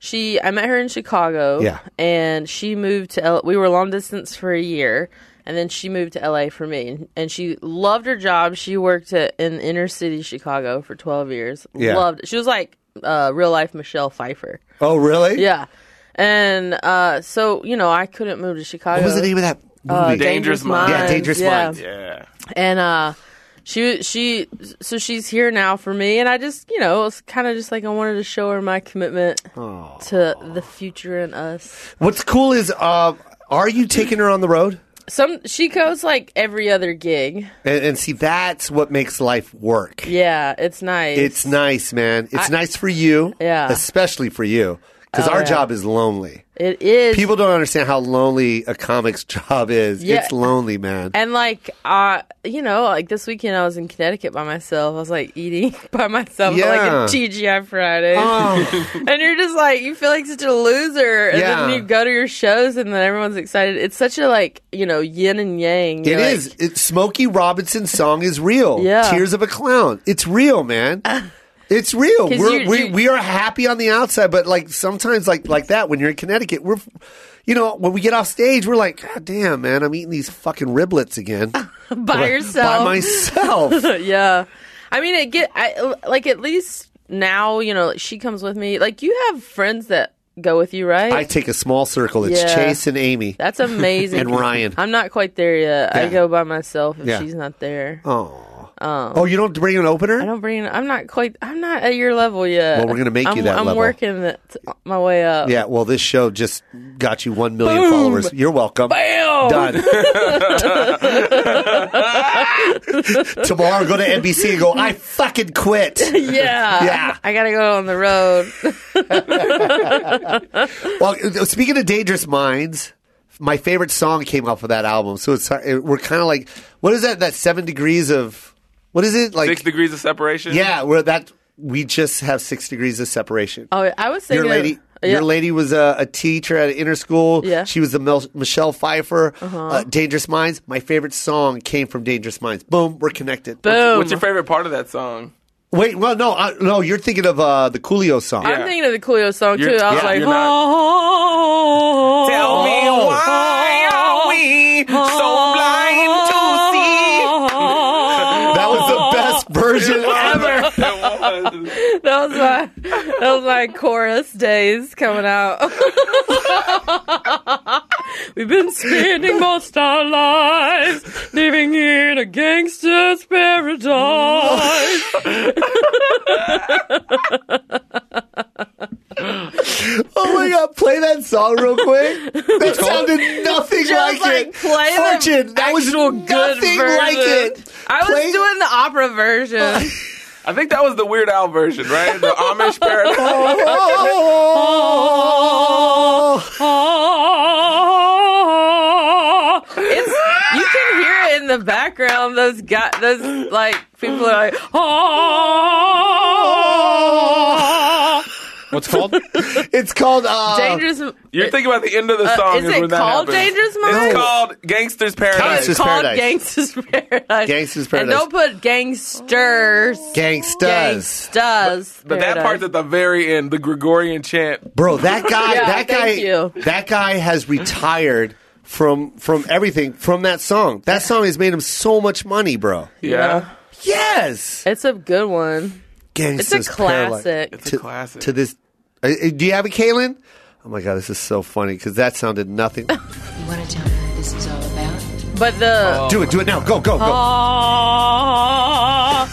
[SPEAKER 3] She I met her in Chicago.
[SPEAKER 2] Yeah.
[SPEAKER 3] And she moved to L- we were long distance for a year and then she moved to LA for me and, and she loved her job. She worked at, in inner city Chicago for 12 years.
[SPEAKER 2] Yeah.
[SPEAKER 3] Loved it. She was like uh real life Michelle Pfeiffer.
[SPEAKER 2] Oh, really?
[SPEAKER 3] Yeah. And uh so, you know, I couldn't move to Chicago. Uh,
[SPEAKER 2] What was the name of that movie?
[SPEAKER 4] Dangerous Minds.
[SPEAKER 2] Yeah, Dangerous
[SPEAKER 3] yeah.
[SPEAKER 2] Minds.
[SPEAKER 4] yeah.
[SPEAKER 3] And uh she she so she's here now for me, and I just you know it's kind of just like I wanted to show her my commitment to the future and us.
[SPEAKER 2] What's cool is, uh, are you taking her on the road?
[SPEAKER 3] Some she goes like every other gig.
[SPEAKER 2] And, and see, that's what makes life work.
[SPEAKER 3] Yeah, it's nice.
[SPEAKER 2] It's nice, man. It's nice for you,
[SPEAKER 3] Yeah. Oh,
[SPEAKER 2] especially for you, because our
[SPEAKER 3] yeah.
[SPEAKER 2] job is lonely.
[SPEAKER 3] it is
[SPEAKER 2] People don't understand how lonely a comic's [LAUGHS] job is.
[SPEAKER 3] Yeah.
[SPEAKER 2] It's lonely, man.
[SPEAKER 3] And like, uh, you know, like this weekend I was in Connecticut by myself. I was like eating [LAUGHS] by myself, like
[SPEAKER 2] Yeah. Um,
[SPEAKER 3] a TGI Friday.
[SPEAKER 2] Oh.
[SPEAKER 3] and you're just like, you feel like such a loser. And then
[SPEAKER 2] Yeah.
[SPEAKER 3] you go to your shows, and then everyone's excited. It's such a like, you know, yin and yang.
[SPEAKER 2] It is. It, Smokey Robinson's song is real.
[SPEAKER 3] Yeah. Uh,
[SPEAKER 2] Tears of a Clown. It's real, man. It's real.
[SPEAKER 3] 'Cause
[SPEAKER 2] We're,
[SPEAKER 3] you-
[SPEAKER 2] we,
[SPEAKER 3] you-
[SPEAKER 2] we are happy on the outside, but like sometimes, like like that, when you're in Connecticut, we're, you know, when we get off stage, we're like, God damn, man, I'm eating these fucking riblets again
[SPEAKER 3] by yourself.
[SPEAKER 2] by myself.
[SPEAKER 3] [LAUGHS] yeah. I mean, it get I, like at least now, you know, like, she comes with me. Like you have friends that go with you, right?
[SPEAKER 2] I take a small circle. It's
[SPEAKER 3] Yeah.
[SPEAKER 2] Chase and Amy.
[SPEAKER 3] That's
[SPEAKER 2] [LAUGHS]
[SPEAKER 3] amazing.
[SPEAKER 2] And Ryan.
[SPEAKER 3] I'm not quite there yet. I
[SPEAKER 2] Yeah.
[SPEAKER 3] go by myself if
[SPEAKER 2] Yeah. Uh,
[SPEAKER 3] she's not there.
[SPEAKER 2] oh, you don't bring an opener?
[SPEAKER 3] Um, I don't bring. I'm not quite. I'm not at your level yet.
[SPEAKER 2] Well, we're gonna make you
[SPEAKER 3] I'm-
[SPEAKER 2] that
[SPEAKER 3] I'm
[SPEAKER 2] level.
[SPEAKER 3] working that, my way up.
[SPEAKER 2] Yeah, well, this show just got you 1 million
[SPEAKER 3] Boom.
[SPEAKER 2] followers. You're welcome.
[SPEAKER 3] Bam!
[SPEAKER 2] Done. [LAUGHS] Tomorrow, go to NBC and go, I fucking quit.
[SPEAKER 3] [LAUGHS] Yeah.
[SPEAKER 2] Yeah.
[SPEAKER 3] I gotta go on the road. [LAUGHS]
[SPEAKER 2] Well, speaking of Dangerous Minds, my favorite song came off of that album. So it's it, we're kind of like, what is that? That seven degrees of, what is it? Like,
[SPEAKER 4] Six degrees of separation.
[SPEAKER 2] yeah, where that, we just have six degrees of separation.
[SPEAKER 3] Oh, I was
[SPEAKER 2] Your
[SPEAKER 3] thinking.
[SPEAKER 2] lady,
[SPEAKER 3] Yeah.
[SPEAKER 2] your lady was a, a teacher at an inner school.
[SPEAKER 3] Yeah. Uh-huh.
[SPEAKER 2] She was the Mel- Michelle Pfeiffer. uh Dangerous Minds. My favorite song came from Dangerous Minds. Boom, we're connected.
[SPEAKER 3] Boom.
[SPEAKER 4] What's your favorite part of that song?
[SPEAKER 2] Wait, well, no, I, no, you're thinking of uh, the Coolio song.
[SPEAKER 4] Yeah.
[SPEAKER 3] I'm thinking of the Coolio song
[SPEAKER 4] You're-
[SPEAKER 3] too. I was
[SPEAKER 4] yeah,
[SPEAKER 3] like,
[SPEAKER 4] you're not-
[SPEAKER 3] oh,
[SPEAKER 4] Tell me
[SPEAKER 2] Oh.
[SPEAKER 4] why are we
[SPEAKER 3] [LAUGHS]
[SPEAKER 4] so blind to see?
[SPEAKER 2] That
[SPEAKER 3] Oh.
[SPEAKER 2] was the best
[SPEAKER 3] [LAUGHS]
[SPEAKER 2] version ever.
[SPEAKER 4] It was.
[SPEAKER 3] That was my that was my chorus days coming out. [LAUGHS] We've been spending most our lives living in a gangster's paradise.
[SPEAKER 2] Oh my god, play that song real
[SPEAKER 3] [LAUGHS]
[SPEAKER 2] quick. That sounded nothing like, it.
[SPEAKER 3] play
[SPEAKER 2] Fortune,
[SPEAKER 3] the
[SPEAKER 2] that was
[SPEAKER 3] actual
[SPEAKER 2] nothing
[SPEAKER 3] good version.
[SPEAKER 2] like
[SPEAKER 3] [LAUGHS]
[SPEAKER 2] it.
[SPEAKER 3] I was
[SPEAKER 2] Play-
[SPEAKER 3] doing the opera [LAUGHS] version.
[SPEAKER 4] I think that was the Weird Al version, right? The
[SPEAKER 3] [LAUGHS]
[SPEAKER 4] Amish paradise.
[SPEAKER 2] Oh.
[SPEAKER 3] Ah. it's you can hear it in the background. Those guy, those like people are like, oh.
[SPEAKER 5] What's it called?
[SPEAKER 2] [LAUGHS] It's called uh,
[SPEAKER 3] Dangerous.
[SPEAKER 4] You're thinking about the end of the
[SPEAKER 3] Uh,
[SPEAKER 4] song.
[SPEAKER 3] is it
[SPEAKER 4] when that
[SPEAKER 3] called
[SPEAKER 4] happens.
[SPEAKER 3] Dangerous
[SPEAKER 4] It's
[SPEAKER 3] Minds?
[SPEAKER 4] called Gangster's Paradise.
[SPEAKER 2] Gangster's
[SPEAKER 3] It's called
[SPEAKER 2] Paradise.
[SPEAKER 3] Gangsters Paradise.
[SPEAKER 2] Gangsters Paradise.
[SPEAKER 3] And don't put gangsters.
[SPEAKER 2] Gangsters.
[SPEAKER 3] Gangsters.
[SPEAKER 4] But that part's at the very end, the Gregorian chant.
[SPEAKER 2] Bro,
[SPEAKER 3] [LAUGHS]
[SPEAKER 2] that guy,
[SPEAKER 3] Yeah,
[SPEAKER 2] that guy,
[SPEAKER 3] thank you.
[SPEAKER 2] that guy has retired from from everything from that song. That song has made him so much money, bro.
[SPEAKER 4] Yeah.
[SPEAKER 2] Yes,
[SPEAKER 3] It's a good one.
[SPEAKER 2] Gangsta's Paralyzed.
[SPEAKER 3] classic. It's
[SPEAKER 4] a
[SPEAKER 2] to,
[SPEAKER 4] classic.
[SPEAKER 2] To this, Uh, uh, do you have it, Kaylin? Oh my god, this is so funny because that sounded nothing.
[SPEAKER 6] You want to tell me what this is all about?
[SPEAKER 3] But the.
[SPEAKER 2] [LAUGHS] do it, do it now. Go, go,
[SPEAKER 3] Oh.
[SPEAKER 2] go.
[SPEAKER 3] Ah,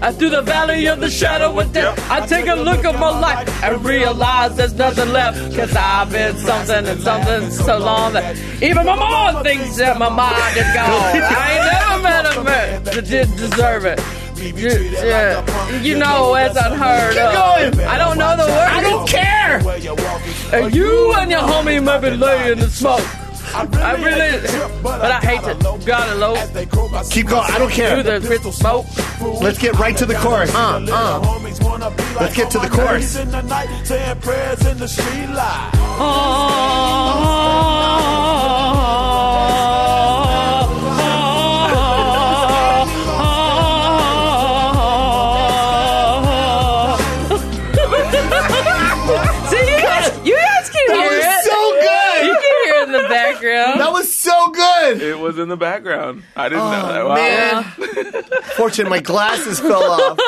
[SPEAKER 3] I through the valley of the shadow of death, I take a look at my life and realize there's nothing left. Cause I've been something and something so long that even my mom thinks that my mind is gone. I ain't never met a man that didn't deserve it. You- yeah, You know, it's unheard of. I don't know the words. I don't care. And you and your homie might be laying in the smoke. I really, but I hate it. Gotta low
[SPEAKER 2] Keep going. I don't
[SPEAKER 3] through
[SPEAKER 2] care.
[SPEAKER 3] the crystal smoke.
[SPEAKER 2] Let's get right to the chorus. Uh, uh. Let's get to the chorus.
[SPEAKER 3] [LAUGHS] So you guys, you guys can
[SPEAKER 2] That
[SPEAKER 3] hear
[SPEAKER 2] was
[SPEAKER 3] it.
[SPEAKER 2] so
[SPEAKER 3] You
[SPEAKER 2] good.
[SPEAKER 3] can hear it in the background.
[SPEAKER 2] That was so good.
[SPEAKER 4] It was in the background. I didn't
[SPEAKER 3] Oh,
[SPEAKER 4] know that. Oh, Wow. [LAUGHS]
[SPEAKER 2] Man. Fortune, my glasses fell off.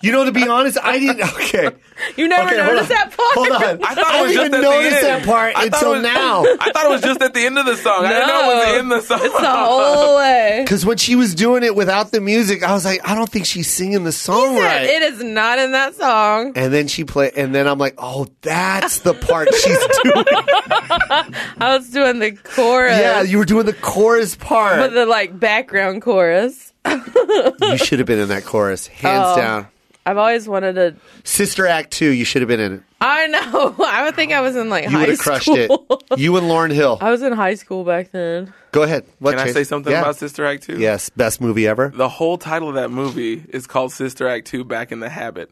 [SPEAKER 2] You know, to be honest, I didn't. Okay,
[SPEAKER 3] You never
[SPEAKER 2] okay, hold on.
[SPEAKER 3] noticed that part.
[SPEAKER 2] Hold on,
[SPEAKER 3] [LAUGHS]
[SPEAKER 4] I thought it was
[SPEAKER 2] didn't
[SPEAKER 4] just
[SPEAKER 2] even
[SPEAKER 4] at
[SPEAKER 2] notice
[SPEAKER 4] the
[SPEAKER 2] that
[SPEAKER 4] end.
[SPEAKER 2] part
[SPEAKER 4] [LAUGHS] I thought
[SPEAKER 2] until
[SPEAKER 4] it was-
[SPEAKER 2] now.
[SPEAKER 4] I thought it was just at the end of the song. I didn't know it was in the song.
[SPEAKER 2] [LAUGHS]
[SPEAKER 3] It's the whole way.
[SPEAKER 2] Because when she was doing it without the music, I was like, I don't think she's singing the song right.
[SPEAKER 3] It is not in that song.
[SPEAKER 2] and then she played, and then I'm like, oh, that's the
[SPEAKER 3] [LAUGHS]
[SPEAKER 2] part she's doing.
[SPEAKER 3] I was doing the chorus.
[SPEAKER 2] yeah, you were doing the chorus part.
[SPEAKER 3] but the like background chorus.
[SPEAKER 2] you should have been in that chorus, hands
[SPEAKER 3] Oh.
[SPEAKER 2] down.
[SPEAKER 3] I've always wanted to.
[SPEAKER 2] Sister Act Two, you should have been in it.
[SPEAKER 3] I know. [LAUGHS] I would think I was in like
[SPEAKER 2] You
[SPEAKER 3] high
[SPEAKER 2] would have crushed
[SPEAKER 3] school. [LAUGHS]
[SPEAKER 2] it. You and Lauren Hill.
[SPEAKER 3] I was in high school back then.
[SPEAKER 2] Go ahead. What
[SPEAKER 4] [LAUGHS] Can I
[SPEAKER 2] Chase?
[SPEAKER 4] say something
[SPEAKER 2] Yeah.
[SPEAKER 4] about Sister Act 2?
[SPEAKER 2] Yes, best movie ever.
[SPEAKER 4] The whole title of that movie is called Sister Act 2 Back in the Habit.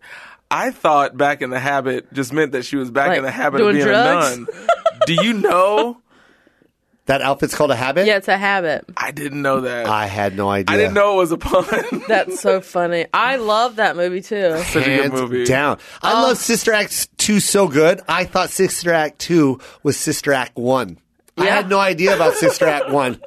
[SPEAKER 4] I thought Back in the Habit just meant that she was back
[SPEAKER 3] Like,
[SPEAKER 4] in the habit of
[SPEAKER 3] doing
[SPEAKER 4] being
[SPEAKER 3] drugs?
[SPEAKER 4] a nun. Do you know?
[SPEAKER 2] That outfit's called a habit.
[SPEAKER 3] Yeah, it's a habit.
[SPEAKER 4] I didn't know that.
[SPEAKER 2] I had no idea.
[SPEAKER 4] I didn't know it was
[SPEAKER 2] [LAUGHS]
[SPEAKER 4] a pun.
[SPEAKER 3] That's so funny. I love that movie too.
[SPEAKER 4] Such a good
[SPEAKER 2] Hands
[SPEAKER 4] movie.
[SPEAKER 2] down. I
[SPEAKER 3] Oh.
[SPEAKER 2] love Sister Act two so good. I thought Sister Act two was Sister Act one. I
[SPEAKER 3] Yeah.
[SPEAKER 2] had no idea about Sister
[SPEAKER 3] [LAUGHS]
[SPEAKER 2] Act one.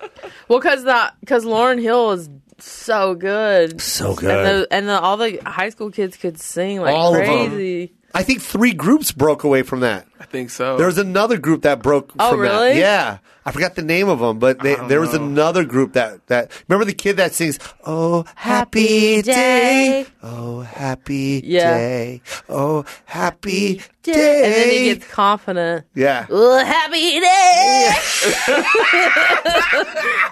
[SPEAKER 3] Well, because that because Lauren Hill is so good,
[SPEAKER 2] So good.
[SPEAKER 3] and the, and the, all the high school kids could sing like
[SPEAKER 2] All of 'em.
[SPEAKER 3] crazy.
[SPEAKER 2] I think three groups broke away from that.
[SPEAKER 4] I think so.
[SPEAKER 2] There was another group that broke.
[SPEAKER 3] Oh,
[SPEAKER 2] from that.
[SPEAKER 3] really?
[SPEAKER 2] Yeah, I forgot the name of them, but they, there was another group that that remember the kid that sings "Oh Happy
[SPEAKER 3] Happy
[SPEAKER 2] Day,
[SPEAKER 3] Day.
[SPEAKER 2] Oh Happy
[SPEAKER 3] Yeah.
[SPEAKER 2] Day, Oh Happy Day,"
[SPEAKER 3] And then he gets confident.
[SPEAKER 2] yeah. [LAUGHS]
[SPEAKER 3] Well, happy day.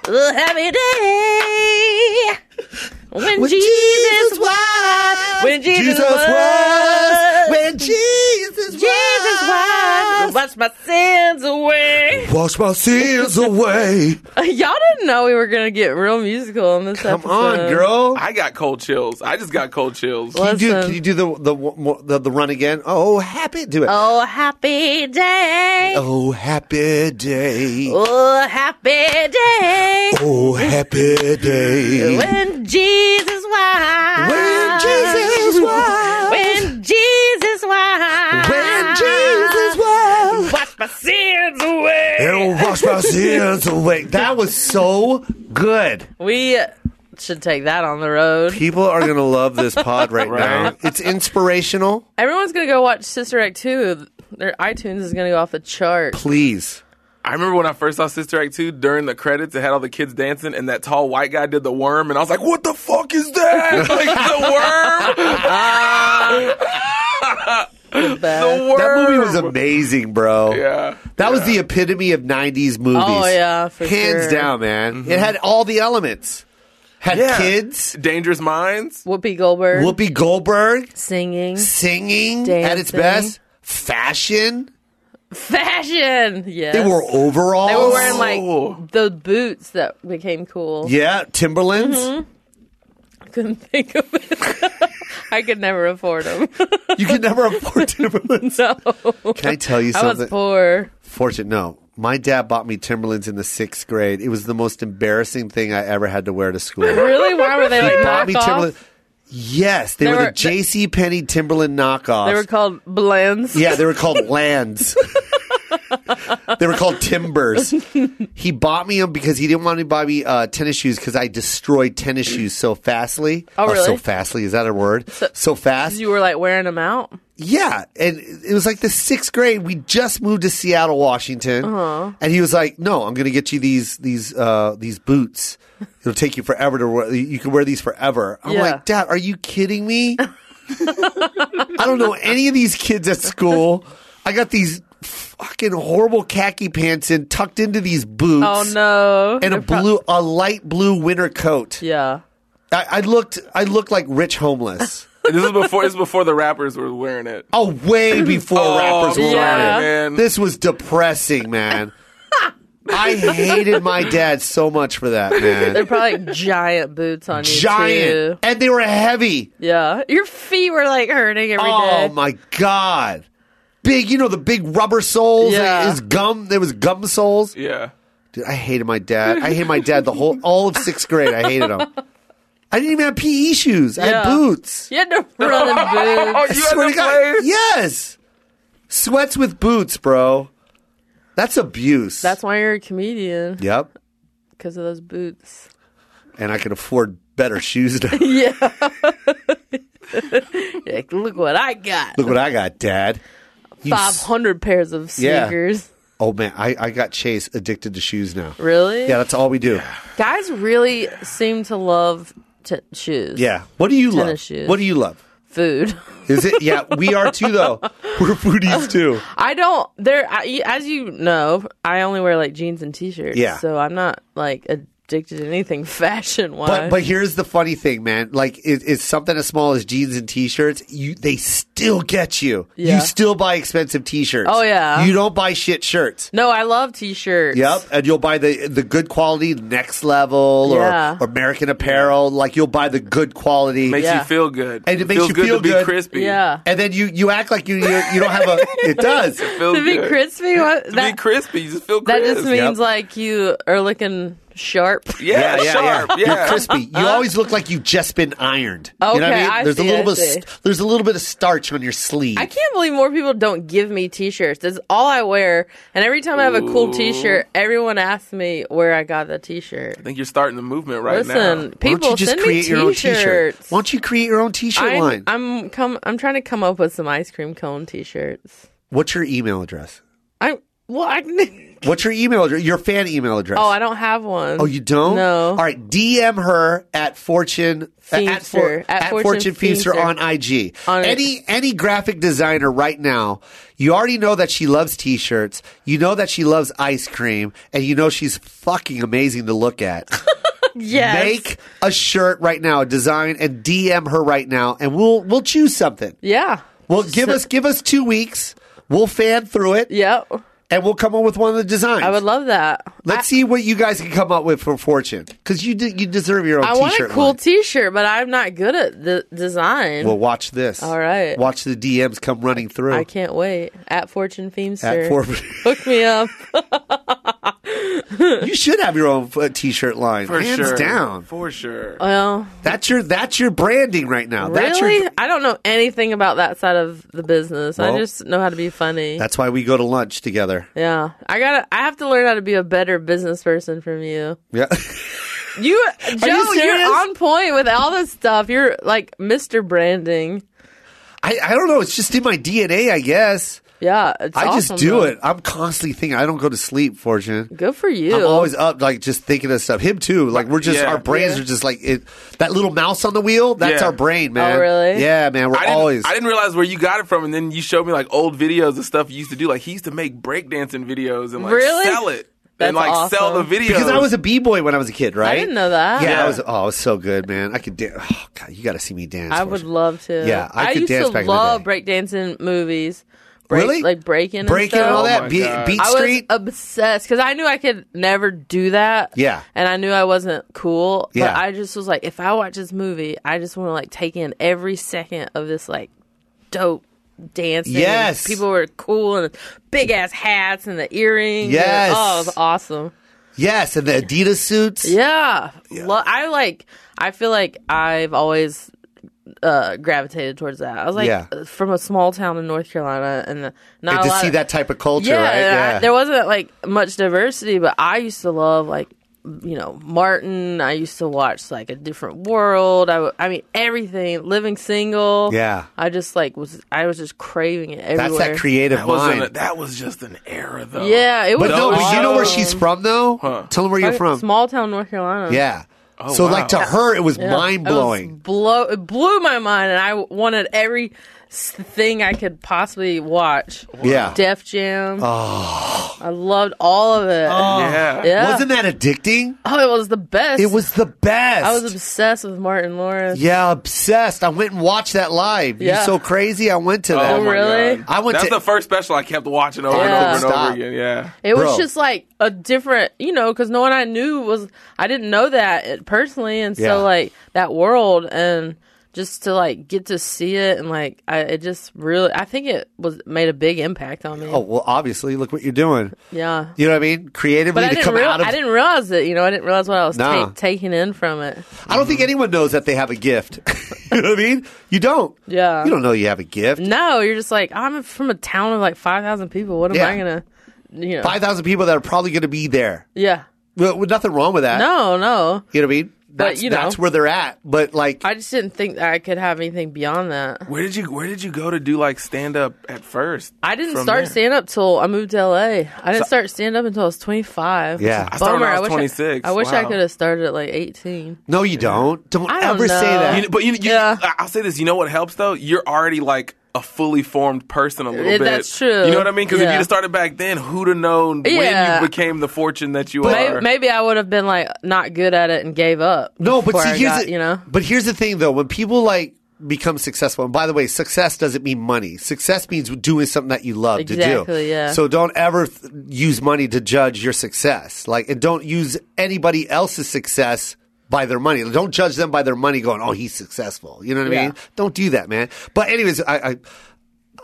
[SPEAKER 3] well, happy day. [LAUGHS] When,
[SPEAKER 2] When
[SPEAKER 3] Jesus,
[SPEAKER 2] Jesus
[SPEAKER 3] was,
[SPEAKER 2] was,
[SPEAKER 3] when Jesus, was,
[SPEAKER 2] when Jesus,
[SPEAKER 3] Jesus
[SPEAKER 2] was,
[SPEAKER 3] was, wash my sins away.
[SPEAKER 2] wash my sins away.
[SPEAKER 3] [LAUGHS] Y'all didn't know we were gonna get real musical in this
[SPEAKER 2] Come
[SPEAKER 3] episode.
[SPEAKER 2] on, girl.
[SPEAKER 4] I got cold chills. I just got cold chills.
[SPEAKER 2] Can you do?
[SPEAKER 3] Listen.
[SPEAKER 2] Can you do the the the, the, the run again? Oh, happy, do it.
[SPEAKER 3] Oh, happy day. Oh,
[SPEAKER 2] Oh, happy day.
[SPEAKER 3] happy day.
[SPEAKER 2] Oh, happy day.
[SPEAKER 3] When Jesus was.
[SPEAKER 2] When Jesus was.
[SPEAKER 3] When Jesus was.
[SPEAKER 2] When Jesus was.
[SPEAKER 3] Wash my sins away.
[SPEAKER 2] It'll wash my sins away. That was so good.
[SPEAKER 3] We should take that on the road.
[SPEAKER 2] People are going to love this pod right, now.
[SPEAKER 4] Right.
[SPEAKER 2] It's inspirational.
[SPEAKER 3] Everyone's going to go watch Sister Act 2. Their iTunes is going to go off the
[SPEAKER 2] [LAUGHS]
[SPEAKER 3] chart.
[SPEAKER 2] Please.
[SPEAKER 4] I remember when I first saw Sister Act 2 during the credits, it had all the kids dancing, and that tall white guy did the worm, and I was like, what the fuck is that? [LAUGHS]
[SPEAKER 2] [LAUGHS]
[SPEAKER 4] like,
[SPEAKER 3] The
[SPEAKER 4] the worm!
[SPEAKER 3] best.
[SPEAKER 4] the worm!
[SPEAKER 2] That movie was amazing, bro.
[SPEAKER 4] Yeah.
[SPEAKER 2] That was the epitome of 90s movies.
[SPEAKER 3] Oh, yeah, for
[SPEAKER 2] Hands
[SPEAKER 3] sure.
[SPEAKER 2] down, man. It had all the elements. Had
[SPEAKER 4] Mm-hmm. Yeah.
[SPEAKER 2] kids,
[SPEAKER 4] Dangerous Minds?
[SPEAKER 3] Whoopi Goldberg
[SPEAKER 2] Whoopi Goldberg,
[SPEAKER 3] singing.
[SPEAKER 2] singing at its
[SPEAKER 3] Dancing.
[SPEAKER 2] best, fashion.
[SPEAKER 3] Fashion. Yes.
[SPEAKER 2] They wore overalls.
[SPEAKER 3] They were wearing
[SPEAKER 4] Oh.
[SPEAKER 3] like the boots that became cool.
[SPEAKER 2] Yeah, Timberlands.
[SPEAKER 3] Mm-hmm. I [LAUGHS] couldn't think of it. [LAUGHS] I could never afford [LAUGHS] them.
[SPEAKER 2] [LAUGHS] You can never afford Timberlands.
[SPEAKER 3] No.
[SPEAKER 2] Can I tell you
[SPEAKER 3] I was
[SPEAKER 2] something?
[SPEAKER 3] poor.
[SPEAKER 2] Fortune, no. My dad bought me Timberlands in the sixth grade. It was the most embarrassing thing I ever had to wear to school.
[SPEAKER 3] Really? Why were they like
[SPEAKER 2] bought me
[SPEAKER 3] knockoffs?
[SPEAKER 2] Timberland. Yes, they,
[SPEAKER 3] They
[SPEAKER 2] were, the
[SPEAKER 3] were-
[SPEAKER 2] J.C. Penney Timberland knockoffs.
[SPEAKER 3] They were called blends.
[SPEAKER 2] yeah, they were called
[SPEAKER 3] [LAUGHS]
[SPEAKER 2] Lands. they were called Timbers. He bought me them because he didn't want to buy me uh, tennis shoes because I destroyed tennis shoes so fastly.
[SPEAKER 3] Oh,
[SPEAKER 2] Or so
[SPEAKER 3] really?
[SPEAKER 2] fastly is that a word? So, fast.
[SPEAKER 3] You were like wearing them out.
[SPEAKER 2] Yeah, and it was like the sixth grade. We just moved to Seattle, Washington,
[SPEAKER 3] Uh-huh.
[SPEAKER 2] and he was like, "No, I'm going to get you these these uh, these boots. It'll take you forever to wear. You can wear these forever." I'm
[SPEAKER 3] Yeah.
[SPEAKER 2] like, "Dad, are you kidding me? I don't know any of these kids at school. I got these fucking horrible khaki pants in, tucked into these boots,
[SPEAKER 3] Oh no.
[SPEAKER 2] and a
[SPEAKER 3] They're pro-
[SPEAKER 2] blue, a light blue winter coat.
[SPEAKER 3] Yeah.
[SPEAKER 2] I, I looked, I looked like rich homeless."
[SPEAKER 4] This is before this is before the rappers were wearing it.
[SPEAKER 2] Oh,
[SPEAKER 3] [CLEARS THROAT]
[SPEAKER 2] way before rappers were
[SPEAKER 4] Oh,
[SPEAKER 3] yeah.
[SPEAKER 2] on it.
[SPEAKER 4] man.
[SPEAKER 2] This was depressing,
[SPEAKER 3] [LAUGHS]
[SPEAKER 2] man. I hated my dad so much for that,
[SPEAKER 3] They're
[SPEAKER 2] man.
[SPEAKER 3] probably like giant boots on you
[SPEAKER 2] Giant.
[SPEAKER 3] too.
[SPEAKER 2] And they were heavy.
[SPEAKER 3] Yeah. Your feet were like hurting every day.
[SPEAKER 2] Oh my god. Big, you know the big rubber soles,
[SPEAKER 3] Yeah.
[SPEAKER 2] his gum, there was gum soles.
[SPEAKER 4] Yeah.
[SPEAKER 2] Dude, I hated my dad. I hated my dad the
[SPEAKER 3] [LAUGHS]
[SPEAKER 2] whole all of 6th grade. I hated him. I didn't even have PE shoes. I had
[SPEAKER 3] Yeah.
[SPEAKER 2] boots.
[SPEAKER 3] You had to run in boots.
[SPEAKER 4] Oh, you had to play?
[SPEAKER 2] Yes. Sweats with boots, bro. That's abuse.
[SPEAKER 3] That's why you're a comedian
[SPEAKER 2] Yep.
[SPEAKER 3] because of those boots.
[SPEAKER 2] and I can afford better shoes now.
[SPEAKER 3] You're like, look what I got.
[SPEAKER 2] Look what I got, Dad. You
[SPEAKER 3] Five
[SPEAKER 2] s-
[SPEAKER 3] hundred pairs of
[SPEAKER 2] Yeah.
[SPEAKER 3] sneakers.
[SPEAKER 2] Oh man, I, I got Chase addicted to shoes now.
[SPEAKER 3] Really?
[SPEAKER 2] Yeah, that's all we do.
[SPEAKER 3] Guys really seem to love t- shoes.
[SPEAKER 2] Yeah. What do you
[SPEAKER 3] Tennis
[SPEAKER 2] love?
[SPEAKER 3] shoes.
[SPEAKER 2] What do you love?
[SPEAKER 3] Food. [LAUGHS]
[SPEAKER 2] Is it? Yeah, we are too though. We're
[SPEAKER 3] Uh,
[SPEAKER 2] foodies too.
[SPEAKER 3] I don't. There, I, as you know, I only wear like jeans and t-shirts.
[SPEAKER 2] Yeah.
[SPEAKER 3] So I'm not like addicted to anything [LAUGHS] fashion
[SPEAKER 2] But
[SPEAKER 3] wise.
[SPEAKER 2] but here's the funny thing, man. Like it, it's something as small as jeans and t-shirts. You they still get you.
[SPEAKER 3] Yeah.
[SPEAKER 2] You still buy expensive t-shirts.
[SPEAKER 3] Oh, yeah.
[SPEAKER 2] You don't buy shit shirts.
[SPEAKER 3] no, I love t-shirts.
[SPEAKER 2] Yep, and you'll buy the the good quality next level
[SPEAKER 3] Yeah.
[SPEAKER 2] or American Apparel. Like you'll buy the good quality.
[SPEAKER 4] Makes
[SPEAKER 3] Yeah.
[SPEAKER 4] you feel good.
[SPEAKER 2] And it makes
[SPEAKER 4] feels
[SPEAKER 2] you
[SPEAKER 4] good
[SPEAKER 2] feel
[SPEAKER 4] to be
[SPEAKER 2] good.
[SPEAKER 4] crispy.
[SPEAKER 3] Yeah.
[SPEAKER 2] And then you you act like you you, you don't have a. [LAUGHS] It does.
[SPEAKER 4] Feels
[SPEAKER 3] To be
[SPEAKER 4] good.
[SPEAKER 3] crispy, what,
[SPEAKER 4] To be
[SPEAKER 3] that,
[SPEAKER 4] crispy. You just feel
[SPEAKER 3] that
[SPEAKER 4] crisp.
[SPEAKER 3] just means
[SPEAKER 2] Yep.
[SPEAKER 3] like you are looking sharp. Uh-huh.
[SPEAKER 4] yeah, sharp. Yeah.
[SPEAKER 2] You're crispy. You always look like you've just been ironed. you know what
[SPEAKER 3] Okay,
[SPEAKER 2] I
[SPEAKER 3] I
[SPEAKER 2] mean? There's a
[SPEAKER 3] see,
[SPEAKER 2] little
[SPEAKER 3] I
[SPEAKER 2] bit.
[SPEAKER 3] see.
[SPEAKER 2] Of, st- there's a little bit of starch on your sleeve.
[SPEAKER 3] I can't believe more people don't give me t-shirts. That's all I wear. And every time I have a cool t-shirt, everyone asks me where I got the t-shirt.
[SPEAKER 4] I think you're starting the movement right
[SPEAKER 3] Listen,
[SPEAKER 4] now.
[SPEAKER 2] Why don't
[SPEAKER 3] people
[SPEAKER 2] you just
[SPEAKER 3] send
[SPEAKER 2] create
[SPEAKER 3] me
[SPEAKER 2] your own t-shirt?
[SPEAKER 3] t-shirts.
[SPEAKER 2] Why don't you create your own t-shirt
[SPEAKER 3] I'm,
[SPEAKER 2] line?
[SPEAKER 3] I'm come. I'm trying to come up with some ice cream cone t-shirts.
[SPEAKER 2] What's your email address?
[SPEAKER 3] I'm well. I, can- [LAUGHS]
[SPEAKER 2] What's your email address? Your fan email address?
[SPEAKER 3] oh, I don't have one.
[SPEAKER 2] Oh, you don't?
[SPEAKER 3] No.
[SPEAKER 2] All right, DM her at Fortune at,
[SPEAKER 3] Feamster. At
[SPEAKER 2] at
[SPEAKER 3] Fortune
[SPEAKER 2] Fortune Feamster
[SPEAKER 3] Feamster.
[SPEAKER 2] on IG.
[SPEAKER 3] On it.
[SPEAKER 2] any any graphic designer right now, you already know that she loves t-shirts, you know that she loves ice cream, and you know she's fucking amazing to look at.
[SPEAKER 3] [LAUGHS] Yes.
[SPEAKER 2] Make a shirt right now, a design, and DM her right now, and we'll we'll choose something.
[SPEAKER 3] Yeah.
[SPEAKER 2] Well, give us give us two weeks. We'll fan through it,
[SPEAKER 3] Yep.
[SPEAKER 2] and we'll come up with one of the designs.
[SPEAKER 3] I would love that.
[SPEAKER 2] Let's see what you guys can come up with for Fortune, because you de- you deserve your own.
[SPEAKER 3] I
[SPEAKER 2] t-shirt
[SPEAKER 3] want a cool
[SPEAKER 2] line.
[SPEAKER 3] t-shirt, but I'm not good at the design.
[SPEAKER 2] well, watch this.
[SPEAKER 3] All right.
[SPEAKER 2] watch the DMs come running through.
[SPEAKER 3] I can't wait. At Fortune Feamster.
[SPEAKER 2] at four,
[SPEAKER 3] [LAUGHS] Hook me up.
[SPEAKER 2] you should have your own uh, t-shirt line,
[SPEAKER 4] For
[SPEAKER 2] hands
[SPEAKER 4] sure.
[SPEAKER 2] down.
[SPEAKER 4] For sure.
[SPEAKER 3] Well,
[SPEAKER 2] That's your that's your branding right now. That's
[SPEAKER 3] really?
[SPEAKER 2] your,
[SPEAKER 3] I don't know anything about that side of the business. I
[SPEAKER 2] Well,
[SPEAKER 3] just know how to be funny.
[SPEAKER 2] that's why we go to lunch together.
[SPEAKER 3] Yeah. I gotta I have to learn how to be a better business person from you.
[SPEAKER 2] Yeah, [LAUGHS]
[SPEAKER 3] You Joe, you
[SPEAKER 2] serious?
[SPEAKER 3] are on point with all this stuff. You're like Mr. Branding.
[SPEAKER 2] I, I don't know. It's just in my DNA, I guess.
[SPEAKER 3] Yeah. It's
[SPEAKER 2] I
[SPEAKER 3] awesome,
[SPEAKER 2] just do
[SPEAKER 3] though.
[SPEAKER 2] it. I'm constantly thinking. I don't go to sleep. Fortune.
[SPEAKER 3] Good for you.
[SPEAKER 2] I'm always up, like just thinking of stuff. Him too. Like we're just
[SPEAKER 4] Yeah.
[SPEAKER 2] our brains
[SPEAKER 3] Yeah.
[SPEAKER 2] are just like it. That little mouse on the wheel. That's
[SPEAKER 4] Yeah.
[SPEAKER 2] our brain, man.
[SPEAKER 3] Oh, really?
[SPEAKER 2] Yeah, man. We're
[SPEAKER 4] I didn't,
[SPEAKER 2] always.
[SPEAKER 4] I didn't realize where you got it from, and then you showed me like old videos of stuff you used to do. Like he used to make breakdancing videos and like
[SPEAKER 3] Really?
[SPEAKER 4] sell it
[SPEAKER 3] That's
[SPEAKER 4] and like sell the
[SPEAKER 3] awesome.
[SPEAKER 4] videos.
[SPEAKER 2] because I was a b boy when I was a kid, right?
[SPEAKER 3] I didn't know that.
[SPEAKER 2] Yeah, I
[SPEAKER 4] Yeah.
[SPEAKER 2] was. Oh, I was so good, man. I could dance. Oh, God, you got to see me dance.
[SPEAKER 3] I would
[SPEAKER 2] Fortune.
[SPEAKER 3] love to.
[SPEAKER 2] Yeah, I could
[SPEAKER 3] used
[SPEAKER 2] dance
[SPEAKER 3] to
[SPEAKER 2] back in the
[SPEAKER 3] love
[SPEAKER 2] day.
[SPEAKER 3] breakdancing movies. Break,
[SPEAKER 2] Really?
[SPEAKER 3] Like breaking,
[SPEAKER 2] breaking
[SPEAKER 3] and
[SPEAKER 2] and all
[SPEAKER 4] Oh
[SPEAKER 3] stuff.
[SPEAKER 2] that.
[SPEAKER 4] my
[SPEAKER 2] Be-
[SPEAKER 4] God.
[SPEAKER 2] Beat
[SPEAKER 3] I
[SPEAKER 2] Street.
[SPEAKER 3] was obsessed because I knew I could never do that.
[SPEAKER 2] Yeah.
[SPEAKER 3] and I knew I wasn't cool.
[SPEAKER 2] Yeah.
[SPEAKER 3] but I just was like, if I watch this movie, I just want to like take in every second of this like dope dancing.
[SPEAKER 2] Yes.
[SPEAKER 3] people were cool and big ass hats and the earrings. and-
[SPEAKER 2] Yes.
[SPEAKER 3] oh, it was awesome.
[SPEAKER 2] yes, and the Adidas suits.
[SPEAKER 3] Yeah. Lo- I like I feel like I've always uh, gravitated towards that. I was like
[SPEAKER 2] Yeah.
[SPEAKER 3] uh, from a small town in North Carolina and the, not
[SPEAKER 2] And
[SPEAKER 3] a
[SPEAKER 2] to
[SPEAKER 3] lot
[SPEAKER 2] see
[SPEAKER 3] of-
[SPEAKER 2] that type of culture,
[SPEAKER 3] yeah,
[SPEAKER 2] right?
[SPEAKER 3] and I- there wasn't like much diversity, but I used to love like you know Martin. I used to watch like a different world. I, w- I mean everything. Living single.
[SPEAKER 2] Yeah.
[SPEAKER 3] I just like was I was just craving it everywhere.
[SPEAKER 2] That's that creative
[SPEAKER 4] that,
[SPEAKER 2] mind.
[SPEAKER 4] wasn't a, that was just an era though.
[SPEAKER 3] Yeah, it was.
[SPEAKER 2] but no, but you know where
[SPEAKER 3] awesome.
[SPEAKER 2] she's from, though. Tell them where you're from.
[SPEAKER 3] Small town North Carolina.
[SPEAKER 2] Yeah. so
[SPEAKER 4] wow.
[SPEAKER 2] like to her, it was mind
[SPEAKER 3] It was
[SPEAKER 2] blowing.
[SPEAKER 3] blow, it blew my mind, and I wanted every s- thing I could possibly watch.
[SPEAKER 2] Yeah.
[SPEAKER 3] Def Jam. Oh. I loved all of it. Oh,
[SPEAKER 4] Yeah.
[SPEAKER 3] yeah. Oh,
[SPEAKER 2] Wasn't that addicting?
[SPEAKER 3] it was the best.
[SPEAKER 2] It was the best.
[SPEAKER 3] I was obsessed with Martin Lawrence.
[SPEAKER 2] yeah, obsessed. I went and watched that live.
[SPEAKER 3] Yeah.
[SPEAKER 2] You so crazy. I went to that.
[SPEAKER 4] Oh, my
[SPEAKER 3] Really?
[SPEAKER 4] God.
[SPEAKER 2] I went
[SPEAKER 4] That's
[SPEAKER 2] to-
[SPEAKER 4] the first special I kept watching over
[SPEAKER 3] Yeah.
[SPEAKER 4] and over and
[SPEAKER 2] Stop.
[SPEAKER 4] over again. Yeah.
[SPEAKER 3] It was
[SPEAKER 2] Bro.
[SPEAKER 3] just like a different, you know, because no one I knew was, I didn't know that it- personally. And so,
[SPEAKER 2] Yeah.
[SPEAKER 3] like, that world and just to, like, get to see it and, like, I, it just really, I think it was made a big impact on me.
[SPEAKER 2] Oh well, obviously, look what you're doing.
[SPEAKER 3] Yeah.
[SPEAKER 2] You know what I mean? Creatively
[SPEAKER 3] But I
[SPEAKER 2] to
[SPEAKER 3] didn't,
[SPEAKER 2] come
[SPEAKER 3] real-
[SPEAKER 2] out of.
[SPEAKER 3] I didn't realize it, you know, I didn't realize what I was
[SPEAKER 2] Nah.
[SPEAKER 3] ta- taking in from it.
[SPEAKER 2] I don't think anyone knows that they have a gift. [LAUGHS] you know what I mean? You don't.
[SPEAKER 3] Yeah.
[SPEAKER 2] You don't know you have a gift.
[SPEAKER 3] No, you're just like, I'm from a town of like 5,000 people. What am
[SPEAKER 2] Yeah.
[SPEAKER 3] I going to, you know?
[SPEAKER 2] Five thousand people that are probably going to be there.
[SPEAKER 3] yeah.
[SPEAKER 2] Well, well, nothing wrong with that.
[SPEAKER 3] No, no.
[SPEAKER 2] You know what I mean? That's,
[SPEAKER 3] you know.
[SPEAKER 2] that's where they're at. But like,
[SPEAKER 3] I just didn't think that I could have anything beyond that.
[SPEAKER 4] Where did you Where did you go to do like stand up at first?
[SPEAKER 3] I didn't
[SPEAKER 4] From
[SPEAKER 3] start
[SPEAKER 4] there?
[SPEAKER 3] stand up till I moved to LA. I didn't start stand up until I was 25.
[SPEAKER 2] Yeah.
[SPEAKER 3] Which
[SPEAKER 2] I
[SPEAKER 3] is a
[SPEAKER 4] started when
[SPEAKER 3] bummer.
[SPEAKER 4] I was
[SPEAKER 3] wish
[SPEAKER 4] 26.
[SPEAKER 3] I, wish I
[SPEAKER 4] Wow.
[SPEAKER 3] could have started at like 18.
[SPEAKER 2] no, you don't. Don't,
[SPEAKER 3] I don't
[SPEAKER 2] ever say
[SPEAKER 3] know.
[SPEAKER 2] that.
[SPEAKER 4] You know, but you, you
[SPEAKER 3] Yeah.
[SPEAKER 4] I- I'll say this. You know what helps though? You're already like a fully formed person a little
[SPEAKER 3] Yeah,
[SPEAKER 4] bit.
[SPEAKER 3] that's true.
[SPEAKER 4] You know what I mean? Because if
[SPEAKER 3] Yeah.
[SPEAKER 4] you'd have started back then, who'd have known
[SPEAKER 3] Yeah.
[SPEAKER 4] when you became the fortune that you
[SPEAKER 3] Maybe,
[SPEAKER 4] are?
[SPEAKER 3] maybe I would have been like not good at it and gave up.
[SPEAKER 2] No, but
[SPEAKER 3] before
[SPEAKER 2] see,
[SPEAKER 3] I
[SPEAKER 2] here's
[SPEAKER 3] got,
[SPEAKER 2] the,
[SPEAKER 3] you know.
[SPEAKER 2] But here's the thing, though. When people like become successful, and by the way, success doesn't mean money. Success means doing something that you love to do.
[SPEAKER 3] Exactly, yeah.
[SPEAKER 2] So don't ever th- use money to judge your success. Like, and don't use anybody else's success by their money. Don't judge them by their money. Going, oh, he's successful. You know what I
[SPEAKER 3] Yeah.
[SPEAKER 2] mean? Don't do that, man. But anyways, I, I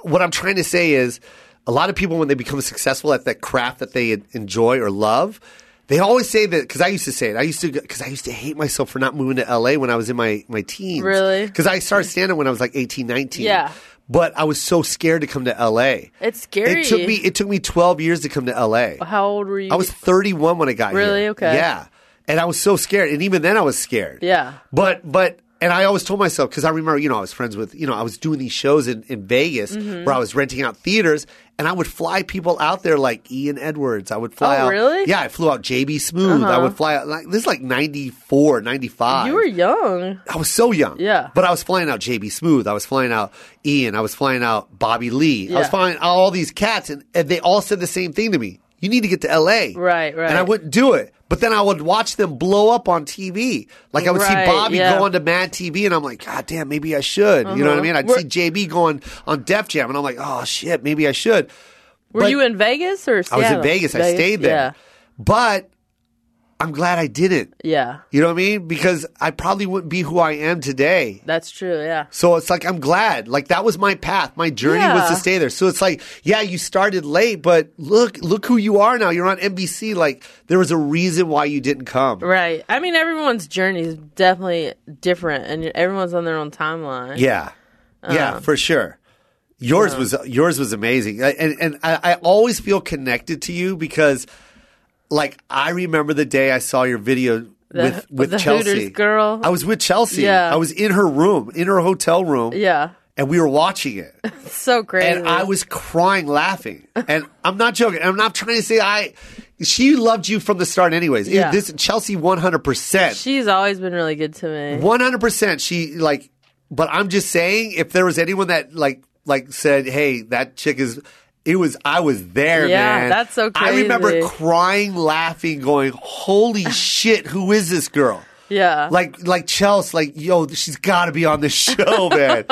[SPEAKER 2] what I'm trying to say is a lot of people when they become successful at that craft that they en- enjoy or love, they always say that because I used to say it. I used to because I used to hate myself for not moving to LA when I was in my my teens.
[SPEAKER 3] Really?
[SPEAKER 2] Because I started standing when I was like 18, 19.
[SPEAKER 3] Yeah.
[SPEAKER 2] But I was so scared to come to LA.
[SPEAKER 3] It's scary.
[SPEAKER 2] It took me it took me 12 years to come to LA.
[SPEAKER 3] How old were you?
[SPEAKER 2] I was 31 when I got here.
[SPEAKER 3] Really? Okay.
[SPEAKER 2] Yeah. And I was so scared. And even then I was scared.
[SPEAKER 3] Yeah.
[SPEAKER 2] But, but, and I always told myself, because I remember, you know, I was friends with, you know, I was doing these shows in, in Vegas
[SPEAKER 3] Mm-hmm.
[SPEAKER 2] where I was renting out theaters and I would fly people out there like Ian Edwards. I would fly
[SPEAKER 3] Oh,
[SPEAKER 2] out.
[SPEAKER 3] really? Uh-huh.
[SPEAKER 2] Yeah. I flew out JB Smooth. I would fly out. Like, this is like 94, 95.
[SPEAKER 3] You were young.
[SPEAKER 2] I was so young.
[SPEAKER 3] Yeah.
[SPEAKER 2] But I was flying out JB Smooth. I was flying out Ian. I was flying out Bobby Lee. I was
[SPEAKER 3] Yeah.
[SPEAKER 2] flying out all these cats, and, and they all said the same thing to me. You need to get to LA.
[SPEAKER 3] Right, right.
[SPEAKER 2] And I wouldn't do it. But then I would watch them blow up on TV. Like I would see
[SPEAKER 3] Right,
[SPEAKER 2] Bobby
[SPEAKER 3] yeah. Uh-huh.
[SPEAKER 2] go on to Mad TV, and I'm like, God damn, maybe I should. You know what I mean? I'd
[SPEAKER 3] We're-
[SPEAKER 2] see JB going on Def Jam, and I'm like, oh shit, maybe I should.
[SPEAKER 3] Were
[SPEAKER 2] But-
[SPEAKER 3] you in Vegas or
[SPEAKER 2] I was
[SPEAKER 3] Seattle?
[SPEAKER 2] in Vegas. I stayed there. But I'm glad I didn't.
[SPEAKER 3] Yeah. Yeah.
[SPEAKER 2] You know what I mean? Because I probably wouldn't be who I am today
[SPEAKER 3] That's true. Yeah.
[SPEAKER 2] so it's like I'm glad. Like that was my path. My journey was
[SPEAKER 3] Yeah.
[SPEAKER 2] to stay there. So it's like, yeah, you started late, but look, look who you are now. You're on NBC. Like there was a reason why you didn't come.
[SPEAKER 3] Right. I mean, everyone's journey is definitely different, and everyone's on their own timeline.
[SPEAKER 2] Yeah,
[SPEAKER 3] Um.
[SPEAKER 2] yeah, for sure. Yours was yours was amazing, I- and and I, I always feel connected to you because, like, I remember the day I saw your video with with
[SPEAKER 3] the
[SPEAKER 2] Chelsea
[SPEAKER 3] Hooters girl?
[SPEAKER 2] I was with Chelsea.
[SPEAKER 3] Yeah.
[SPEAKER 2] I was in her room, in her hotel room.
[SPEAKER 3] Yeah.
[SPEAKER 2] and we were watching it.
[SPEAKER 3] So crazy.
[SPEAKER 2] and I was crying laughing. And I'm not joking. I'm not trying to say I. She loved you from the start, anyways. It-
[SPEAKER 3] Yeah.
[SPEAKER 2] this Chelsea, 100. percent
[SPEAKER 3] She's always been really good to me.
[SPEAKER 2] 100. percent She like. But I'm just saying, if there was anyone that like like said, "Hey, that chick is," it was I was there,
[SPEAKER 3] Yeah,
[SPEAKER 2] man.
[SPEAKER 3] that's so
[SPEAKER 2] I remember
[SPEAKER 3] crazy.
[SPEAKER 2] crying, laughing, going,
[SPEAKER 3] [SIGHS]
[SPEAKER 2] "Holy shit, who is this girl?"
[SPEAKER 3] Yeah.
[SPEAKER 2] Like like Chelsea, like yo, she's got to be on this show,
[SPEAKER 3] [LAUGHS]
[SPEAKER 2] man.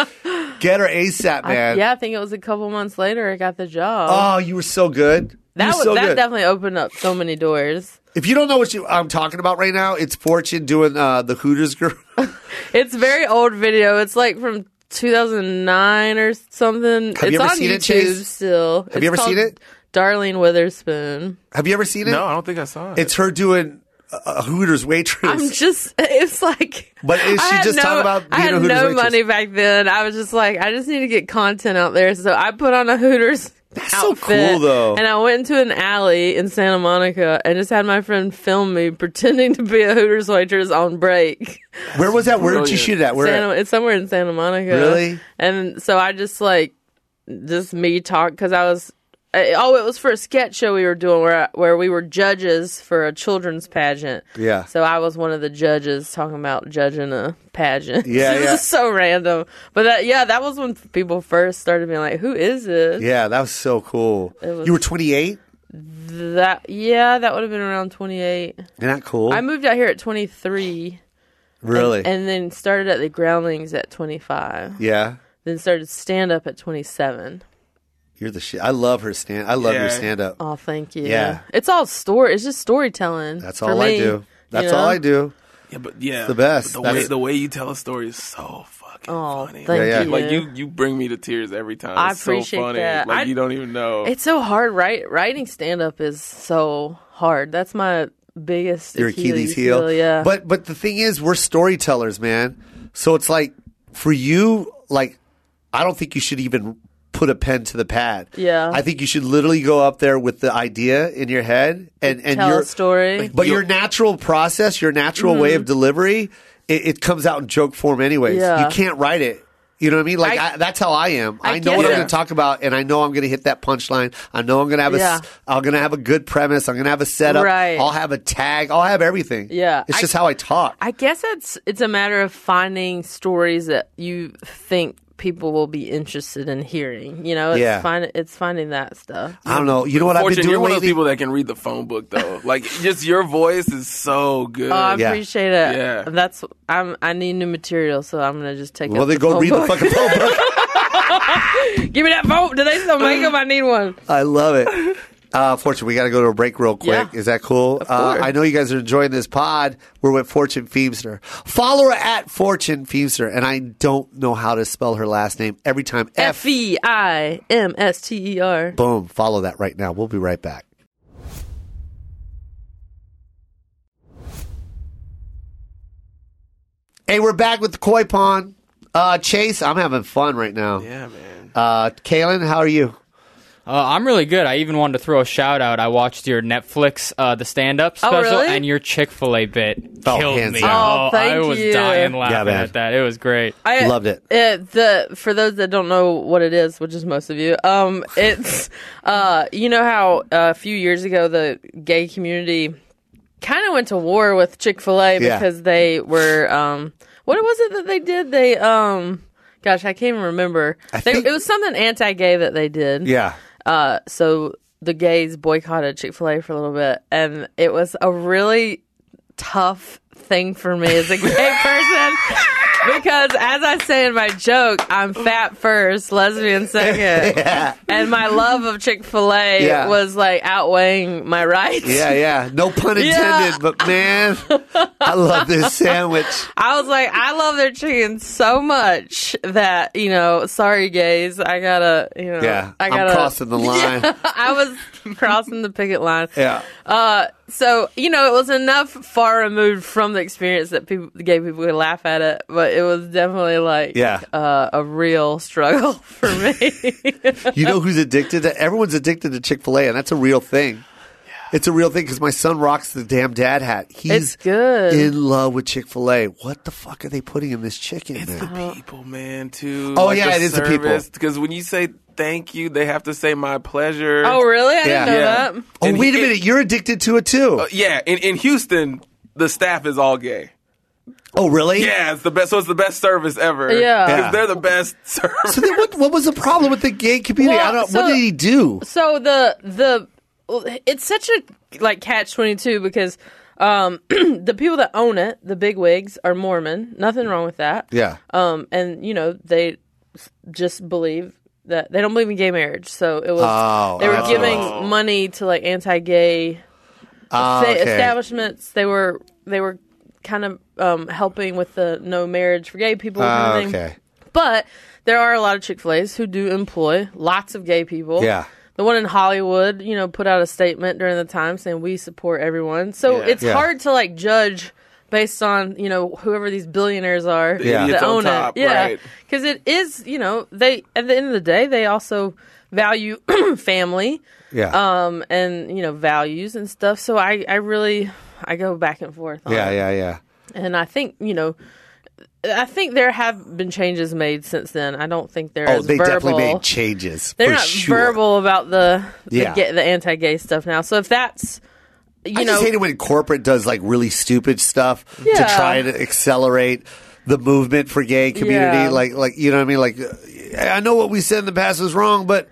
[SPEAKER 2] Get her ASAP,
[SPEAKER 3] I-
[SPEAKER 2] man.
[SPEAKER 3] yeah, I think it was a couple months later I got the job.
[SPEAKER 2] Oh, you were so good. You
[SPEAKER 3] that
[SPEAKER 2] were
[SPEAKER 3] was
[SPEAKER 2] so
[SPEAKER 3] that
[SPEAKER 2] good.
[SPEAKER 3] definitely opened up so many doors.
[SPEAKER 2] if you don't know what you, I'm talking about right now, it's Fortune doing uh, the Hooters girl. [LAUGHS]
[SPEAKER 3] It's a very old video. It's like from 2009 or something. it's
[SPEAKER 2] you ever
[SPEAKER 3] on
[SPEAKER 2] seen
[SPEAKER 3] YouTube
[SPEAKER 2] it, Chase?
[SPEAKER 3] still. Have
[SPEAKER 2] you ever seen it?
[SPEAKER 3] Darlene Witherspoon.
[SPEAKER 2] Have you ever seen it?
[SPEAKER 4] no, I don't think I saw it.
[SPEAKER 2] It's her doing a- a Hooters waitress.
[SPEAKER 3] I'm just. [LAUGHS] It's like.
[SPEAKER 2] But is
[SPEAKER 3] I
[SPEAKER 2] she
[SPEAKER 3] had
[SPEAKER 2] just
[SPEAKER 3] no,
[SPEAKER 2] talking about
[SPEAKER 3] I
[SPEAKER 2] being
[SPEAKER 3] had
[SPEAKER 2] a Hooters
[SPEAKER 3] no
[SPEAKER 2] waitress?
[SPEAKER 3] money back then. I was just like, I just need to get content out there, so I put on a Hooters. That's
[SPEAKER 2] so cool, though.
[SPEAKER 3] And I went into an alley in Santa Monica and just had my friend film me pretending to be a Hooters waitress on break.
[SPEAKER 2] Where was that? Where did she
[SPEAKER 4] brilliant.
[SPEAKER 2] shoot it at? Where?
[SPEAKER 3] Santa, it's somewhere in Santa Monica.
[SPEAKER 2] Really?
[SPEAKER 3] And so I just like just me talk because I was. I- Oh, it was for a sketch show we were doing where I- where we were judges for a children's pageant.
[SPEAKER 2] Yeah.
[SPEAKER 3] So I was one of the judges talking about judging a pageant.
[SPEAKER 2] Yeah,
[SPEAKER 3] [LAUGHS] it was
[SPEAKER 2] yeah.
[SPEAKER 3] just so random. But that yeah, that was when people first started being like, "Who is this?"
[SPEAKER 2] yeah, that was so cool. you were 28.
[SPEAKER 3] That yeah, that would have been around twenty eight.
[SPEAKER 2] Isn't that cool?
[SPEAKER 3] I moved out here at twenty three,
[SPEAKER 2] really?
[SPEAKER 3] and then started at the Groundlings at twenty five.
[SPEAKER 2] yeah,
[SPEAKER 3] Then started stand up at twenty seven.
[SPEAKER 2] you're the shit. I love her stand. I love your
[SPEAKER 4] Yeah.
[SPEAKER 2] stand up.
[SPEAKER 3] Oh, thank you.
[SPEAKER 2] Yeah.
[SPEAKER 3] It's all story. It's just storytelling.
[SPEAKER 2] That's
[SPEAKER 3] for
[SPEAKER 2] all I
[SPEAKER 3] me,
[SPEAKER 2] do. That's
[SPEAKER 3] you know?
[SPEAKER 2] all I do.
[SPEAKER 4] yeah, but yeah,
[SPEAKER 2] the best.
[SPEAKER 4] The
[SPEAKER 2] That's-
[SPEAKER 4] way, the way you tell a story is so fucking
[SPEAKER 3] Oh,
[SPEAKER 4] funny.
[SPEAKER 3] thank
[SPEAKER 2] Yeah, yeah.
[SPEAKER 3] you.
[SPEAKER 4] Like you, you bring me to tears every time.
[SPEAKER 3] I
[SPEAKER 4] It's
[SPEAKER 3] appreciate
[SPEAKER 4] so funny.
[SPEAKER 3] that.
[SPEAKER 4] Like
[SPEAKER 3] I-
[SPEAKER 4] you don't even know.
[SPEAKER 3] It's so hard. Right, writing stand up is so hard. That's my biggest
[SPEAKER 2] your Achilles, heel.
[SPEAKER 3] Yeah,
[SPEAKER 2] But but the thing is, we're storytellers, man. So it's like for you, like I don't think you should even put a pen to the pad.
[SPEAKER 3] Yeah.
[SPEAKER 2] I think you should literally go up there with the idea in your head and and
[SPEAKER 3] Tell a
[SPEAKER 2] your
[SPEAKER 3] story. Mm-hmm.
[SPEAKER 2] like, but your natural process, your natural way of delivery, it, it comes out in joke form anyways.
[SPEAKER 3] Yeah.
[SPEAKER 2] You can't write it. You know what I mean? Like
[SPEAKER 3] I-
[SPEAKER 2] I, that's how I am.
[SPEAKER 3] I
[SPEAKER 2] I, know what
[SPEAKER 3] get
[SPEAKER 2] I'm
[SPEAKER 3] it.
[SPEAKER 2] going to talk about, and I know I'm going to hit that punchline. I know I'm going to have a,
[SPEAKER 3] Yeah.
[SPEAKER 2] s- I'm going to have a good premise. I'm going to have a setup.
[SPEAKER 3] Right.
[SPEAKER 2] I'll have a tag. I'll have everything.
[SPEAKER 3] Yeah.
[SPEAKER 2] it's
[SPEAKER 3] I-
[SPEAKER 2] just how I talk.
[SPEAKER 3] I guess it's it's a matter of finding stories that you think people will be interested in hearing. You know, it's
[SPEAKER 2] Yeah.
[SPEAKER 3] find, it's finding that stuff.
[SPEAKER 2] I don't know. You know what I've been
[SPEAKER 4] Fortune,
[SPEAKER 2] doing
[SPEAKER 4] you're one of
[SPEAKER 2] lately?
[SPEAKER 4] those people that can read the phone book though. like just your voice is so good.
[SPEAKER 3] Oh, I
[SPEAKER 2] Yeah.
[SPEAKER 3] appreciate it.
[SPEAKER 4] Yeah.
[SPEAKER 3] That's I'm I need new material, so I'm gonna just take.
[SPEAKER 2] well,
[SPEAKER 3] up
[SPEAKER 2] then
[SPEAKER 3] the
[SPEAKER 2] go
[SPEAKER 3] phone
[SPEAKER 2] read the
[SPEAKER 3] book.
[SPEAKER 2] fucking phone book.
[SPEAKER 3] [LAUGHS] Give me that vote. Do they still make them? I need one.
[SPEAKER 2] I love
[SPEAKER 3] [LAUGHS]
[SPEAKER 2] it. Uh, Fortune, we got to go to a break real quick.
[SPEAKER 3] Yeah.
[SPEAKER 2] Is that cool? Uh,
[SPEAKER 3] course.
[SPEAKER 2] I know you guys are enjoying this pod. We're with Fortune Feemster. Follow her at Fortune Feemster, and I don't know how to spell her last name every time. F.
[SPEAKER 3] F E I M S T E R.
[SPEAKER 2] Boom. Follow that right now. We'll be right back. Hey, we're back with the koi pond. Uh, Chase, I'm having fun right now.
[SPEAKER 4] yeah, man.
[SPEAKER 2] Uh, Kalen, how are you?
[SPEAKER 5] Uh, I'm really good. I even wanted to throw a shout out. I watched your Netflix uh, the stand up
[SPEAKER 3] Oh,
[SPEAKER 5] special
[SPEAKER 3] really?
[SPEAKER 5] and your Chick fil A bit
[SPEAKER 2] Oh,
[SPEAKER 5] killed
[SPEAKER 2] hands
[SPEAKER 5] me.
[SPEAKER 2] down.
[SPEAKER 3] Oh, thank
[SPEAKER 5] I was
[SPEAKER 3] you.
[SPEAKER 5] dying
[SPEAKER 2] Yeah,
[SPEAKER 5] laughing
[SPEAKER 2] man.
[SPEAKER 5] at that. It was great.
[SPEAKER 3] I uh,
[SPEAKER 2] Loved it.
[SPEAKER 3] the for those that don't know what it is, which is most of you, um, [LAUGHS] it's uh, you know how uh, a few years ago the gay community kind of went to war with Chick Fil A
[SPEAKER 2] Yeah.
[SPEAKER 3] because they were um, what was it that they did? They um, gosh, I can't even remember. They,
[SPEAKER 2] think-
[SPEAKER 3] it was something anti-gay that they did.
[SPEAKER 2] Yeah.
[SPEAKER 3] Uh, so the gays boycotted Chick Fil A for a little bit, and it was a really tough thing for me as a gay [LAUGHS] person because, as I say in my joke, I'm fat first,
[SPEAKER 2] [LAUGHS]
[SPEAKER 3] lesbian second, and my love of Chick Fil A
[SPEAKER 2] Yeah.
[SPEAKER 3] was like outweighing my rights.
[SPEAKER 2] Yeah, yeah. No pun intended,
[SPEAKER 3] Yeah.
[SPEAKER 2] but man, I love this sandwich.
[SPEAKER 3] I was like, I love their chicken so much that you know, sorry gays, I gotta, you know,
[SPEAKER 2] Yeah,
[SPEAKER 3] I gotta
[SPEAKER 2] I'm crossing the line. Yeah.
[SPEAKER 3] [LAUGHS] I was crossing the picket line. Uh, so you know, it was enough far removed from the experience that people, the gay people, would laugh at it, but it was definitely like,
[SPEAKER 2] Yeah.
[SPEAKER 3] uh, a real struggle [LAUGHS] for me.
[SPEAKER 2] You know who's addicted to? Everyone's addicted to Chick fil A, and that's a real thing. It's a real thing because my son rocks the damn dad hat. He's
[SPEAKER 3] It's good.
[SPEAKER 2] in love with Chick fil A. What the fuck are they putting in this chicken? man?
[SPEAKER 4] People, man, too.
[SPEAKER 2] Uh-huh. Oh, yeah, it is the people.
[SPEAKER 4] Because when you say thank you, they have to say my pleasure.
[SPEAKER 3] oh, really? I
[SPEAKER 2] Yeah.
[SPEAKER 3] didn't know
[SPEAKER 4] Yeah.
[SPEAKER 3] that.
[SPEAKER 2] oh,
[SPEAKER 4] And
[SPEAKER 2] wait a
[SPEAKER 4] he-
[SPEAKER 2] minute. You're addicted to it too.
[SPEAKER 3] Uh,
[SPEAKER 4] yeah. In in Houston, the staff is all gay.
[SPEAKER 2] oh, really?
[SPEAKER 4] Yeah, it's the best. So it's the best service ever.
[SPEAKER 3] Yeah.
[SPEAKER 2] Yeah.
[SPEAKER 4] because they're the best [LAUGHS] service.
[SPEAKER 2] So then what, what was the problem with the
[SPEAKER 3] [LAUGHS]
[SPEAKER 2] gay community?
[SPEAKER 3] Well,
[SPEAKER 2] I don't,
[SPEAKER 3] so-
[SPEAKER 2] what did he do?
[SPEAKER 3] So the the it's such a like catch twenty two because um, [CLEARS THROAT] the people that own it, the big wigs, are Mormon. Nothing wrong with that.
[SPEAKER 2] Yeah.
[SPEAKER 3] Um, and you know they s- just believe that they don't believe in gay marriage, so it was
[SPEAKER 2] Oh,
[SPEAKER 3] they were
[SPEAKER 2] that's what it
[SPEAKER 3] giving money to like anti-gay
[SPEAKER 2] Ah,
[SPEAKER 3] fa-
[SPEAKER 2] okay.
[SPEAKER 3] establishments. They were they were kind of um, helping with the no marriage for gay people
[SPEAKER 2] Ah,
[SPEAKER 3] kind of thing.
[SPEAKER 2] okay.
[SPEAKER 3] But there are a lot of Chick Fil A's who do employ lots of gay people.
[SPEAKER 2] Yeah.
[SPEAKER 3] The one in Hollywood, you know, put out a statement during the time saying we support everyone. So it's
[SPEAKER 2] Yeah.
[SPEAKER 3] hard to like judge based on you know whoever these billionaires are
[SPEAKER 2] Yeah.
[SPEAKER 3] that
[SPEAKER 4] idiots on
[SPEAKER 3] own
[SPEAKER 4] top,
[SPEAKER 3] it. Yeah,
[SPEAKER 4] right.
[SPEAKER 3] because it is you know they at the end of the day they also value [CLEARS THROAT] family
[SPEAKER 2] Yeah.
[SPEAKER 3] um and you know values and stuff. So I I really I go back and forth. On
[SPEAKER 2] yeah,
[SPEAKER 3] it.
[SPEAKER 2] yeah, yeah.
[SPEAKER 3] And I think you know. I think there have been changes made since then. I don't think they're
[SPEAKER 2] Oh,
[SPEAKER 3] as
[SPEAKER 2] they
[SPEAKER 3] verbal.
[SPEAKER 2] definitely made changes.
[SPEAKER 3] They're
[SPEAKER 2] for
[SPEAKER 3] not
[SPEAKER 2] sure.
[SPEAKER 3] verbal about the the,
[SPEAKER 2] Yeah.
[SPEAKER 3] ga- the anti-gay stuff now. So if that's you
[SPEAKER 2] I
[SPEAKER 3] know
[SPEAKER 2] just hate it when corporate does like really stupid stuff to
[SPEAKER 3] Yeah.
[SPEAKER 2] try to accelerate the movement for gay community.
[SPEAKER 3] Yeah.
[SPEAKER 2] Like, like you know what I mean? Like, uh, I know what we said in the past was wrong, but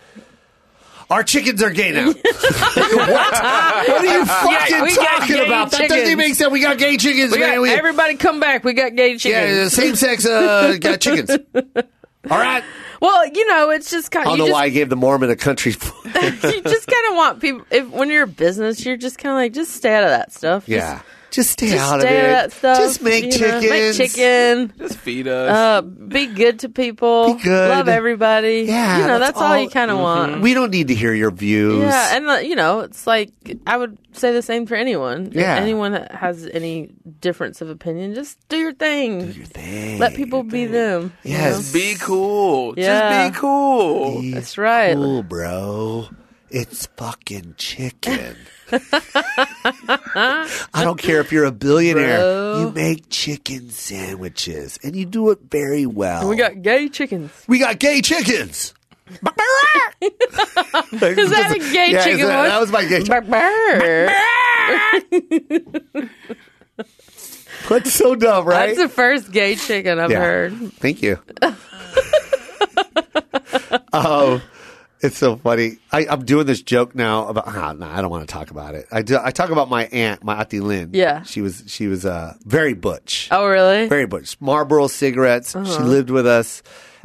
[SPEAKER 2] our chickens are gay
[SPEAKER 3] [LAUGHS]
[SPEAKER 2] now. [LAUGHS] what? What are you fucking
[SPEAKER 3] we got
[SPEAKER 2] talking
[SPEAKER 3] gay
[SPEAKER 2] about? That doesn't even
[SPEAKER 3] chickens.
[SPEAKER 2] make sense. We got gay chickens,
[SPEAKER 3] we
[SPEAKER 2] man.
[SPEAKER 3] got,
[SPEAKER 2] we,
[SPEAKER 3] everybody come back. We got gay
[SPEAKER 2] yeah,
[SPEAKER 3] chickens.
[SPEAKER 2] same sex uh, got
[SPEAKER 3] [LAUGHS]
[SPEAKER 2] chickens. All right.
[SPEAKER 3] Well, you know, it's just
[SPEAKER 2] I
[SPEAKER 3] kind.
[SPEAKER 2] don't
[SPEAKER 3] You
[SPEAKER 2] know
[SPEAKER 3] just,
[SPEAKER 2] why I gave the Mormon a country.
[SPEAKER 3] [LAUGHS]
[SPEAKER 2] [LAUGHS]
[SPEAKER 3] you just kind of want people. If when you're a business, you're just kind of like just stay out of that stuff. Just-
[SPEAKER 2] yeah. Just stay
[SPEAKER 3] Just
[SPEAKER 2] out
[SPEAKER 3] stay
[SPEAKER 2] of
[SPEAKER 3] out
[SPEAKER 2] it.
[SPEAKER 3] of that stuff.
[SPEAKER 2] Just make
[SPEAKER 3] you know,
[SPEAKER 2] chickens.
[SPEAKER 3] Make chicken.
[SPEAKER 4] Just feed us.
[SPEAKER 3] Uh, be good to people.
[SPEAKER 2] Be good.
[SPEAKER 3] Love everybody.
[SPEAKER 2] Yeah,
[SPEAKER 3] you know
[SPEAKER 2] that's
[SPEAKER 3] that's, all,
[SPEAKER 2] all- Mm-hmm.
[SPEAKER 3] you kind of want.
[SPEAKER 2] We don't need to hear your views.
[SPEAKER 3] yeah, and uh, you know it's like I would say the same for anyone.
[SPEAKER 2] Yeah.
[SPEAKER 3] if anyone that has any difference of opinion, just do your thing.
[SPEAKER 2] Your thing.
[SPEAKER 3] Let people be them. you know?
[SPEAKER 2] Yes.
[SPEAKER 4] be cool.
[SPEAKER 3] Yeah.
[SPEAKER 4] Just be cool.
[SPEAKER 2] Be
[SPEAKER 3] That's right.
[SPEAKER 2] Cool, bro. It's fucking
[SPEAKER 3] [LAUGHS]
[SPEAKER 2] chicken. I don't care if you're a billionaire.
[SPEAKER 3] Bro.
[SPEAKER 2] You make chicken sandwiches and you do it very well.
[SPEAKER 3] We got gay chickens.
[SPEAKER 2] we got gay
[SPEAKER 3] [LAUGHS]
[SPEAKER 2] chickens. is
[SPEAKER 3] Is that a gay
[SPEAKER 2] yeah,
[SPEAKER 3] chicken
[SPEAKER 2] is that,
[SPEAKER 3] voice?
[SPEAKER 2] that was my gay. chicken.
[SPEAKER 3] That's
[SPEAKER 2] That's so dumb, right?
[SPEAKER 3] the first gay chicken I've
[SPEAKER 2] Yeah.
[SPEAKER 3] heard.
[SPEAKER 2] Thank you. [LAUGHS] oh, it's so funny. I, I'm doing this joke now about. ah, no, I don't want to talk about it. I do. I talk about my aunt, my auntie Lynn.
[SPEAKER 3] Yeah.
[SPEAKER 2] she was she was uh, very butch,
[SPEAKER 3] Oh, really?
[SPEAKER 2] very butch. Marlboro cigarettes.
[SPEAKER 3] Uh-huh.
[SPEAKER 2] She lived with us.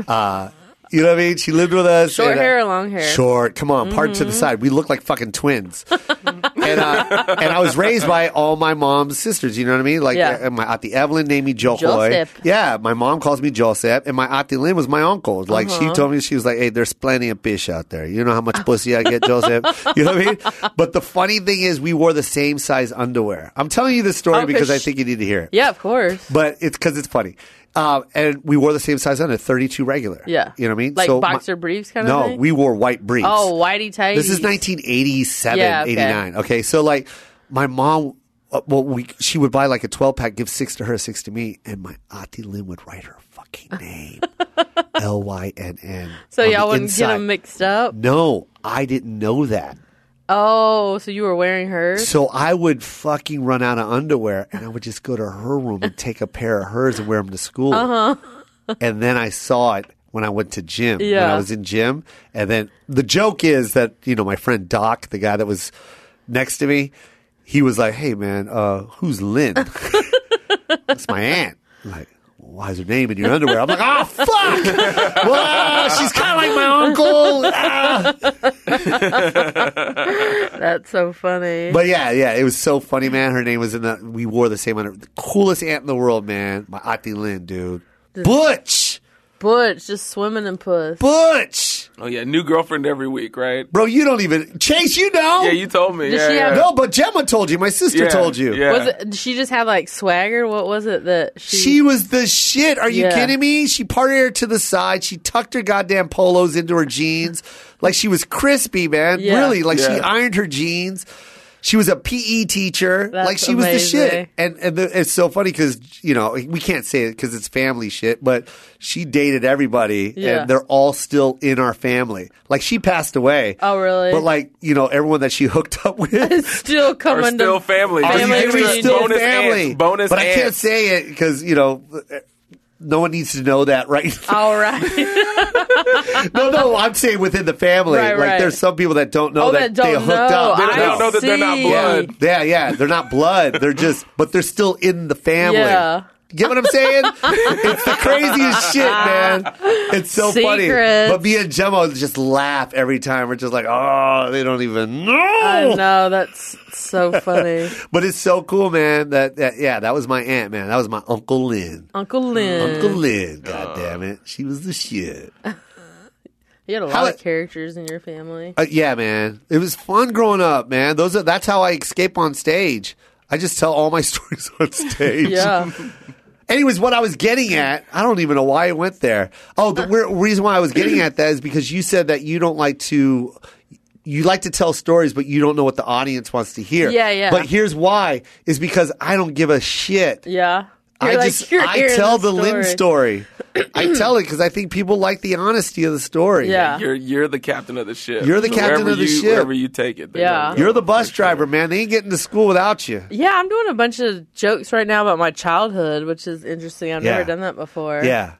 [SPEAKER 2] Uh, you know what I mean? She lived with us.
[SPEAKER 3] Short
[SPEAKER 2] and, uh,
[SPEAKER 3] hair or long hair? Mm-hmm.
[SPEAKER 2] Short. Come on, part to the side. We look like fucking
[SPEAKER 3] [LAUGHS]
[SPEAKER 2] twins. and uh, and I was raised by all my mom's sisters. You know what I mean? Like
[SPEAKER 3] Yeah.
[SPEAKER 2] uh, my auntie Evelyn named me Joel.
[SPEAKER 3] Joseph.
[SPEAKER 2] Yeah, my mom calls me Joseph, and my auntie Lynn was my uncle. Like
[SPEAKER 3] Uh-huh.
[SPEAKER 2] she told me, she was like, "Hey, there's plenty of fish out there. You know how much
[SPEAKER 3] [LAUGHS]
[SPEAKER 2] pussy I get, Joseph. You know what I mean? But the funny thing is, we wore the same size underwear. I'm telling you this story
[SPEAKER 3] Oh, 'cause
[SPEAKER 2] because I
[SPEAKER 3] she-
[SPEAKER 2] think you need to hear it
[SPEAKER 3] Yeah, of course.
[SPEAKER 2] but it's because it's funny. Um, and we wore the same size under 32 regular.
[SPEAKER 3] Yeah.
[SPEAKER 2] You know what I mean?
[SPEAKER 3] Like
[SPEAKER 2] my-
[SPEAKER 3] boxer briefs kind of
[SPEAKER 2] no,
[SPEAKER 3] thing?
[SPEAKER 2] we wore white briefs.
[SPEAKER 3] Oh, whitey tighty.
[SPEAKER 2] This is 1987,
[SPEAKER 3] Yeah, okay.
[SPEAKER 2] 89. Okay. So, like, my mom, uh, well, we, she would buy like a 12 pack, give six to her, six to me, and my Auntie Lynn would write her
[SPEAKER 3] [LAUGHS]
[SPEAKER 2] fucking name L Y N N.
[SPEAKER 3] So
[SPEAKER 2] on
[SPEAKER 3] y'all
[SPEAKER 2] the
[SPEAKER 3] wouldn't get
[SPEAKER 2] inside.
[SPEAKER 3] them mixed up.
[SPEAKER 2] No, I didn't know that.
[SPEAKER 3] Oh, so you were wearing hers?
[SPEAKER 2] So I would fucking run out of underwear, and I would just go to her room and take a pair of hers and wear them to school. and then I saw it when I went to gym. When I
[SPEAKER 3] Yeah.
[SPEAKER 2] was in gym, and then the joke is that you know my friend Doc, the guy that was next to me, he was like, "Hey man, uh, who's Lynn? That's my aunt." I'm like. Why is her name in your underwear? I'm like, oh fuck! Wow, she's kind of like my uncle. Ah.
[SPEAKER 3] That's so funny.
[SPEAKER 2] But yeah, yeah, it was so funny, man. Her name was in the. We wore the same under. The coolest aunt in the world, man. My auntie Lynn, dude. Butch,
[SPEAKER 3] Butch just swimming in puss.
[SPEAKER 2] Butch,
[SPEAKER 4] oh yeah, new girlfriend every week, right?
[SPEAKER 2] bro. You don't even Chase. You know.
[SPEAKER 4] Yeah, you told me.
[SPEAKER 3] Does
[SPEAKER 4] yeah,
[SPEAKER 3] she
[SPEAKER 4] yeah.
[SPEAKER 3] have-
[SPEAKER 2] no, but Gemma told you. My sister
[SPEAKER 4] Yeah,
[SPEAKER 2] told you.
[SPEAKER 4] yeah.
[SPEAKER 3] Was it? Did she just have like swagger? What was it that she?
[SPEAKER 2] She was the shit. Are you
[SPEAKER 3] Yeah.
[SPEAKER 2] kidding me? She parted her to the side. She tucked her goddamn polos into her jeans. Like she was crispy, man.
[SPEAKER 3] Yeah.
[SPEAKER 2] Really. Like she
[SPEAKER 4] Yeah.
[SPEAKER 2] ironed her jeans. She was a PE teacher.
[SPEAKER 3] That's
[SPEAKER 2] like she was the
[SPEAKER 3] amazing.
[SPEAKER 2] shit. And and the, it's so funny because, you know, we can't say it because it's family shit, but she dated everybody
[SPEAKER 3] Yeah.
[SPEAKER 2] and they're all still in our family. Like she passed away.
[SPEAKER 3] Oh, really?
[SPEAKER 2] But like, you know, everyone that she hooked up [LAUGHS] with
[SPEAKER 3] is [LAUGHS] still
[SPEAKER 4] Or
[SPEAKER 3] coming.
[SPEAKER 4] still
[SPEAKER 3] to,
[SPEAKER 4] family.
[SPEAKER 2] are
[SPEAKER 4] Just
[SPEAKER 2] you
[SPEAKER 3] Family
[SPEAKER 2] kidding me?
[SPEAKER 3] reunion.
[SPEAKER 2] Still
[SPEAKER 4] bonus
[SPEAKER 2] family.
[SPEAKER 4] Ants, bonus
[SPEAKER 2] but I can't
[SPEAKER 4] ants.
[SPEAKER 2] say it because you know. No one needs to know that, right? [LAUGHS]
[SPEAKER 3] All right.
[SPEAKER 2] no, no, I'm saying within the family.
[SPEAKER 3] Right,
[SPEAKER 2] like
[SPEAKER 3] right.
[SPEAKER 2] there's some people that don't know
[SPEAKER 3] Oh,
[SPEAKER 2] that,
[SPEAKER 3] that don't
[SPEAKER 2] they hooked
[SPEAKER 3] know.
[SPEAKER 2] up.
[SPEAKER 4] They don't- they
[SPEAKER 3] I
[SPEAKER 4] don't know that they're not
[SPEAKER 3] see.
[SPEAKER 4] blood.
[SPEAKER 2] Yeah, yeah, they're not blood. They're just, but they're still in the family.
[SPEAKER 3] Yeah.
[SPEAKER 2] You get what I'm saying? it's the craziest shit, man. It's so funny.
[SPEAKER 3] Secrets.
[SPEAKER 2] But me and Gemma just laugh every time. We're just like, oh, they don't even know.
[SPEAKER 3] I know that's so funny.
[SPEAKER 2] [LAUGHS] But it's so cool, man. That, that yeah, that was my aunt, man. That was my uncle Lynn.
[SPEAKER 3] Uncle Lynn.
[SPEAKER 2] Mm. Uncle Lynn,
[SPEAKER 3] uh.
[SPEAKER 2] God damn it, she was the shit.
[SPEAKER 3] You had a
[SPEAKER 2] How
[SPEAKER 3] lot
[SPEAKER 2] it-
[SPEAKER 3] of characters in
[SPEAKER 2] [LAUGHS]
[SPEAKER 3] your family.
[SPEAKER 2] Uh, yeah, man, it was fun growing up, man. Those are, that's how I escape on stage. I just tell all my [LAUGHS] stories on stage.
[SPEAKER 3] Yeah.
[SPEAKER 2] Anyways, what I was getting at, I don't even know why I went there. Oh, the re- reason why I was getting at that is because you said that you don't like to. You like to tell stories, but you don't know what the audience wants to hear.
[SPEAKER 3] Yeah, yeah.
[SPEAKER 2] But here's why: is because I don't give a shit.
[SPEAKER 3] Yeah. You're
[SPEAKER 2] I
[SPEAKER 3] like,
[SPEAKER 2] just
[SPEAKER 3] you're
[SPEAKER 2] I
[SPEAKER 3] hearing
[SPEAKER 2] tell
[SPEAKER 3] this
[SPEAKER 2] the Lynn story.
[SPEAKER 3] [CLEARS THROAT]
[SPEAKER 2] I tell it because I think people like the honesty of the story.
[SPEAKER 3] Yeah.
[SPEAKER 4] You're you're the captain of the ship.
[SPEAKER 2] You're the captain
[SPEAKER 4] Wherever
[SPEAKER 2] of the
[SPEAKER 4] you-
[SPEAKER 2] ship.
[SPEAKER 4] Wherever you take it. they
[SPEAKER 3] Yeah.
[SPEAKER 4] gonna go.
[SPEAKER 2] You're the bus driver, man. They ain't getting to school without you.
[SPEAKER 3] Yeah, I'm doing a bunch of jokes right now about my childhood, which is interesting. I've
[SPEAKER 2] Yeah.
[SPEAKER 3] never done that before.
[SPEAKER 2] Yeah.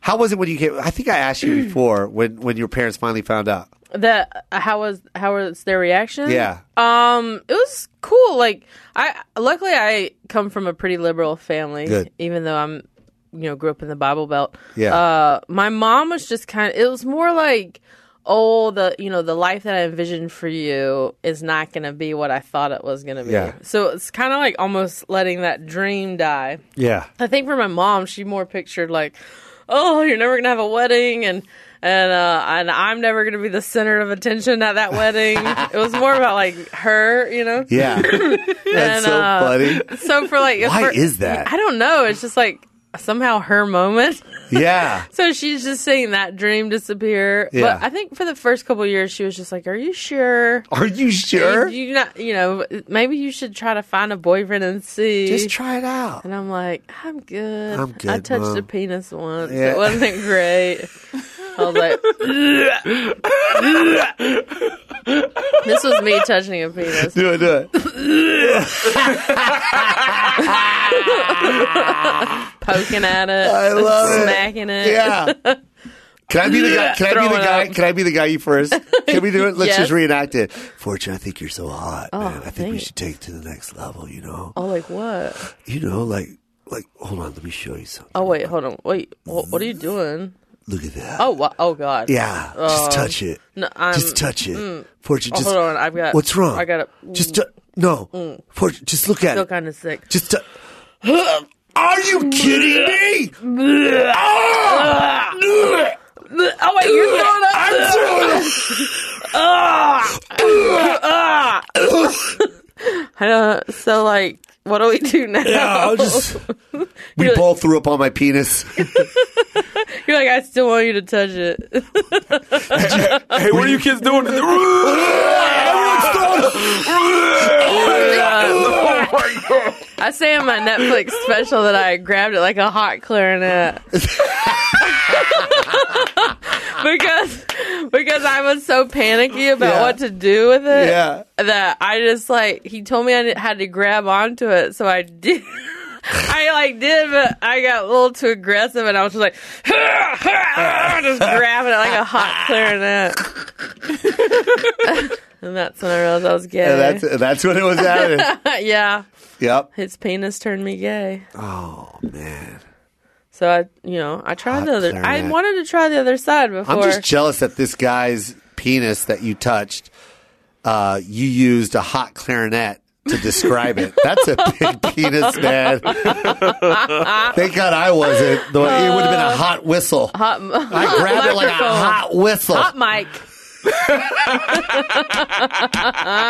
[SPEAKER 2] How was it when you came? I think I asked [CLEARS THROAT] you before when when your parents finally found out.
[SPEAKER 3] That how was how was their reaction?
[SPEAKER 2] Yeah.
[SPEAKER 3] Um, it was cool. Like I luckily I come from a pretty liberal family,
[SPEAKER 2] Good.
[SPEAKER 3] even though I'm you know grew up in the Bible Belt.
[SPEAKER 2] Yeah.
[SPEAKER 3] Uh, my mom was just kind of. It was more like. oh the you know the life that i envisioned for you is not going to be what i thought it was going to be
[SPEAKER 2] Yeah.
[SPEAKER 3] so it's kind of like almost letting that dream die
[SPEAKER 2] Yeah.
[SPEAKER 3] I think for my mom, she more pictured like, oh, you're never gonna have a wedding, and and uh, and I'm never gonna be the center of attention at that wedding. it was more about like her, you know.
[SPEAKER 2] [LAUGHS] Yeah. That's so
[SPEAKER 3] uh,
[SPEAKER 2] funny.
[SPEAKER 3] So for like,
[SPEAKER 2] Why
[SPEAKER 3] for-
[SPEAKER 2] is that?
[SPEAKER 3] I don't know. It's just like somehow her moment.
[SPEAKER 2] Yeah.
[SPEAKER 3] So she's just seeing that dream disappear.
[SPEAKER 2] Yeah.
[SPEAKER 3] But I think for the first couple years, she was just like, "Are you sure?
[SPEAKER 2] Are you sure?
[SPEAKER 3] You, you not? You know, maybe you should try to find a boyfriend and see."
[SPEAKER 2] Just try it out.
[SPEAKER 3] And I'm like, I'm good.
[SPEAKER 2] I'm
[SPEAKER 3] I
[SPEAKER 2] good,
[SPEAKER 3] touched
[SPEAKER 2] Mom.
[SPEAKER 3] a penis once.
[SPEAKER 2] Yeah.
[SPEAKER 3] It wasn't great. I was like, this was me touching a penis.
[SPEAKER 2] Do it, do it.
[SPEAKER 3] Poking at it. [LAUGHS]
[SPEAKER 2] I love it.
[SPEAKER 3] Smacking it.
[SPEAKER 2] Yeah. Can I be the guy? Can I be the
[SPEAKER 3] Throwing
[SPEAKER 2] guy?
[SPEAKER 3] up.
[SPEAKER 2] Can I be the guy you first? Can we do it? Let's
[SPEAKER 3] [LAUGHS] Yes. Oh,
[SPEAKER 2] just reenact it. Fortune, I think you're so hot, man. I think we
[SPEAKER 3] thanks.
[SPEAKER 2] should take it to the next level. You know,
[SPEAKER 3] Oh, like what?
[SPEAKER 2] you know, like, like. Hold on, let me show you something.
[SPEAKER 3] Oh, wait, hold on. Wait, what, what are you doing?
[SPEAKER 2] Look at that.
[SPEAKER 3] Oh, wha- oh God.
[SPEAKER 2] yeah. just touch it.
[SPEAKER 3] No, I'm,
[SPEAKER 2] just touch it. Fortune,
[SPEAKER 3] Oh,
[SPEAKER 2] just.
[SPEAKER 3] hold on. I've got.
[SPEAKER 2] What's wrong?
[SPEAKER 3] I Mm. got to
[SPEAKER 2] Just tou- no. Fortune, just look at
[SPEAKER 3] feel
[SPEAKER 2] it.
[SPEAKER 3] kind of sick.
[SPEAKER 2] Just. tou- Are you kidding me? Ah!
[SPEAKER 3] Oh, wait, you're throwing up.
[SPEAKER 2] I'm
[SPEAKER 3] Oh,
[SPEAKER 2] doing it.
[SPEAKER 3] [LAUGHS] Ah. I know. So, like, what do we do now?
[SPEAKER 2] Yeah, I'll just. We
[SPEAKER 3] You're-
[SPEAKER 2] both threw up on my penis.
[SPEAKER 3] [LAUGHS] You're like, I still want you to touch it.
[SPEAKER 4] Hey, what are you kids
[SPEAKER 2] [LAUGHS]
[SPEAKER 4] doing? in the- oh my god!
[SPEAKER 3] I say in my Netflix special that I grabbed it like a hot
[SPEAKER 2] [LAUGHS]
[SPEAKER 3] clarinet. because because I was so panicky about
[SPEAKER 2] Yeah.
[SPEAKER 3] what to do with it
[SPEAKER 2] Yeah.
[SPEAKER 3] that I just like he told me I didn't- had to grab onto it, so I did. [LAUGHS] I like did, but I got a little too aggressive, and I was just like, [LAUGHS] just grabbing it like a hot
[SPEAKER 2] [LAUGHS]
[SPEAKER 3] clarinet. [LAUGHS] and that's when I realized I was gay.
[SPEAKER 2] And that's that's what it was
[SPEAKER 3] [LAUGHS]
[SPEAKER 2] at.
[SPEAKER 3] yeah,
[SPEAKER 2] yep.
[SPEAKER 3] his penis turned me gay.
[SPEAKER 2] Oh man,
[SPEAKER 3] So I, you know, I tried
[SPEAKER 2] Hot
[SPEAKER 3] the other. I
[SPEAKER 2] clarinet.
[SPEAKER 3] wanted to try the other side before.
[SPEAKER 2] I'm just jealous that this guy's penis that you touched, uh, you used a hot clarinet to describe it. That's
[SPEAKER 3] [LAUGHS]
[SPEAKER 2] a big penis, man. Thank God I wasn't. Though it would have been a hot whistle.
[SPEAKER 3] hot,
[SPEAKER 2] I grabbed it like a
[SPEAKER 3] microphone.
[SPEAKER 2] hot whistle. [LAUGHS]
[SPEAKER 3] hot mic.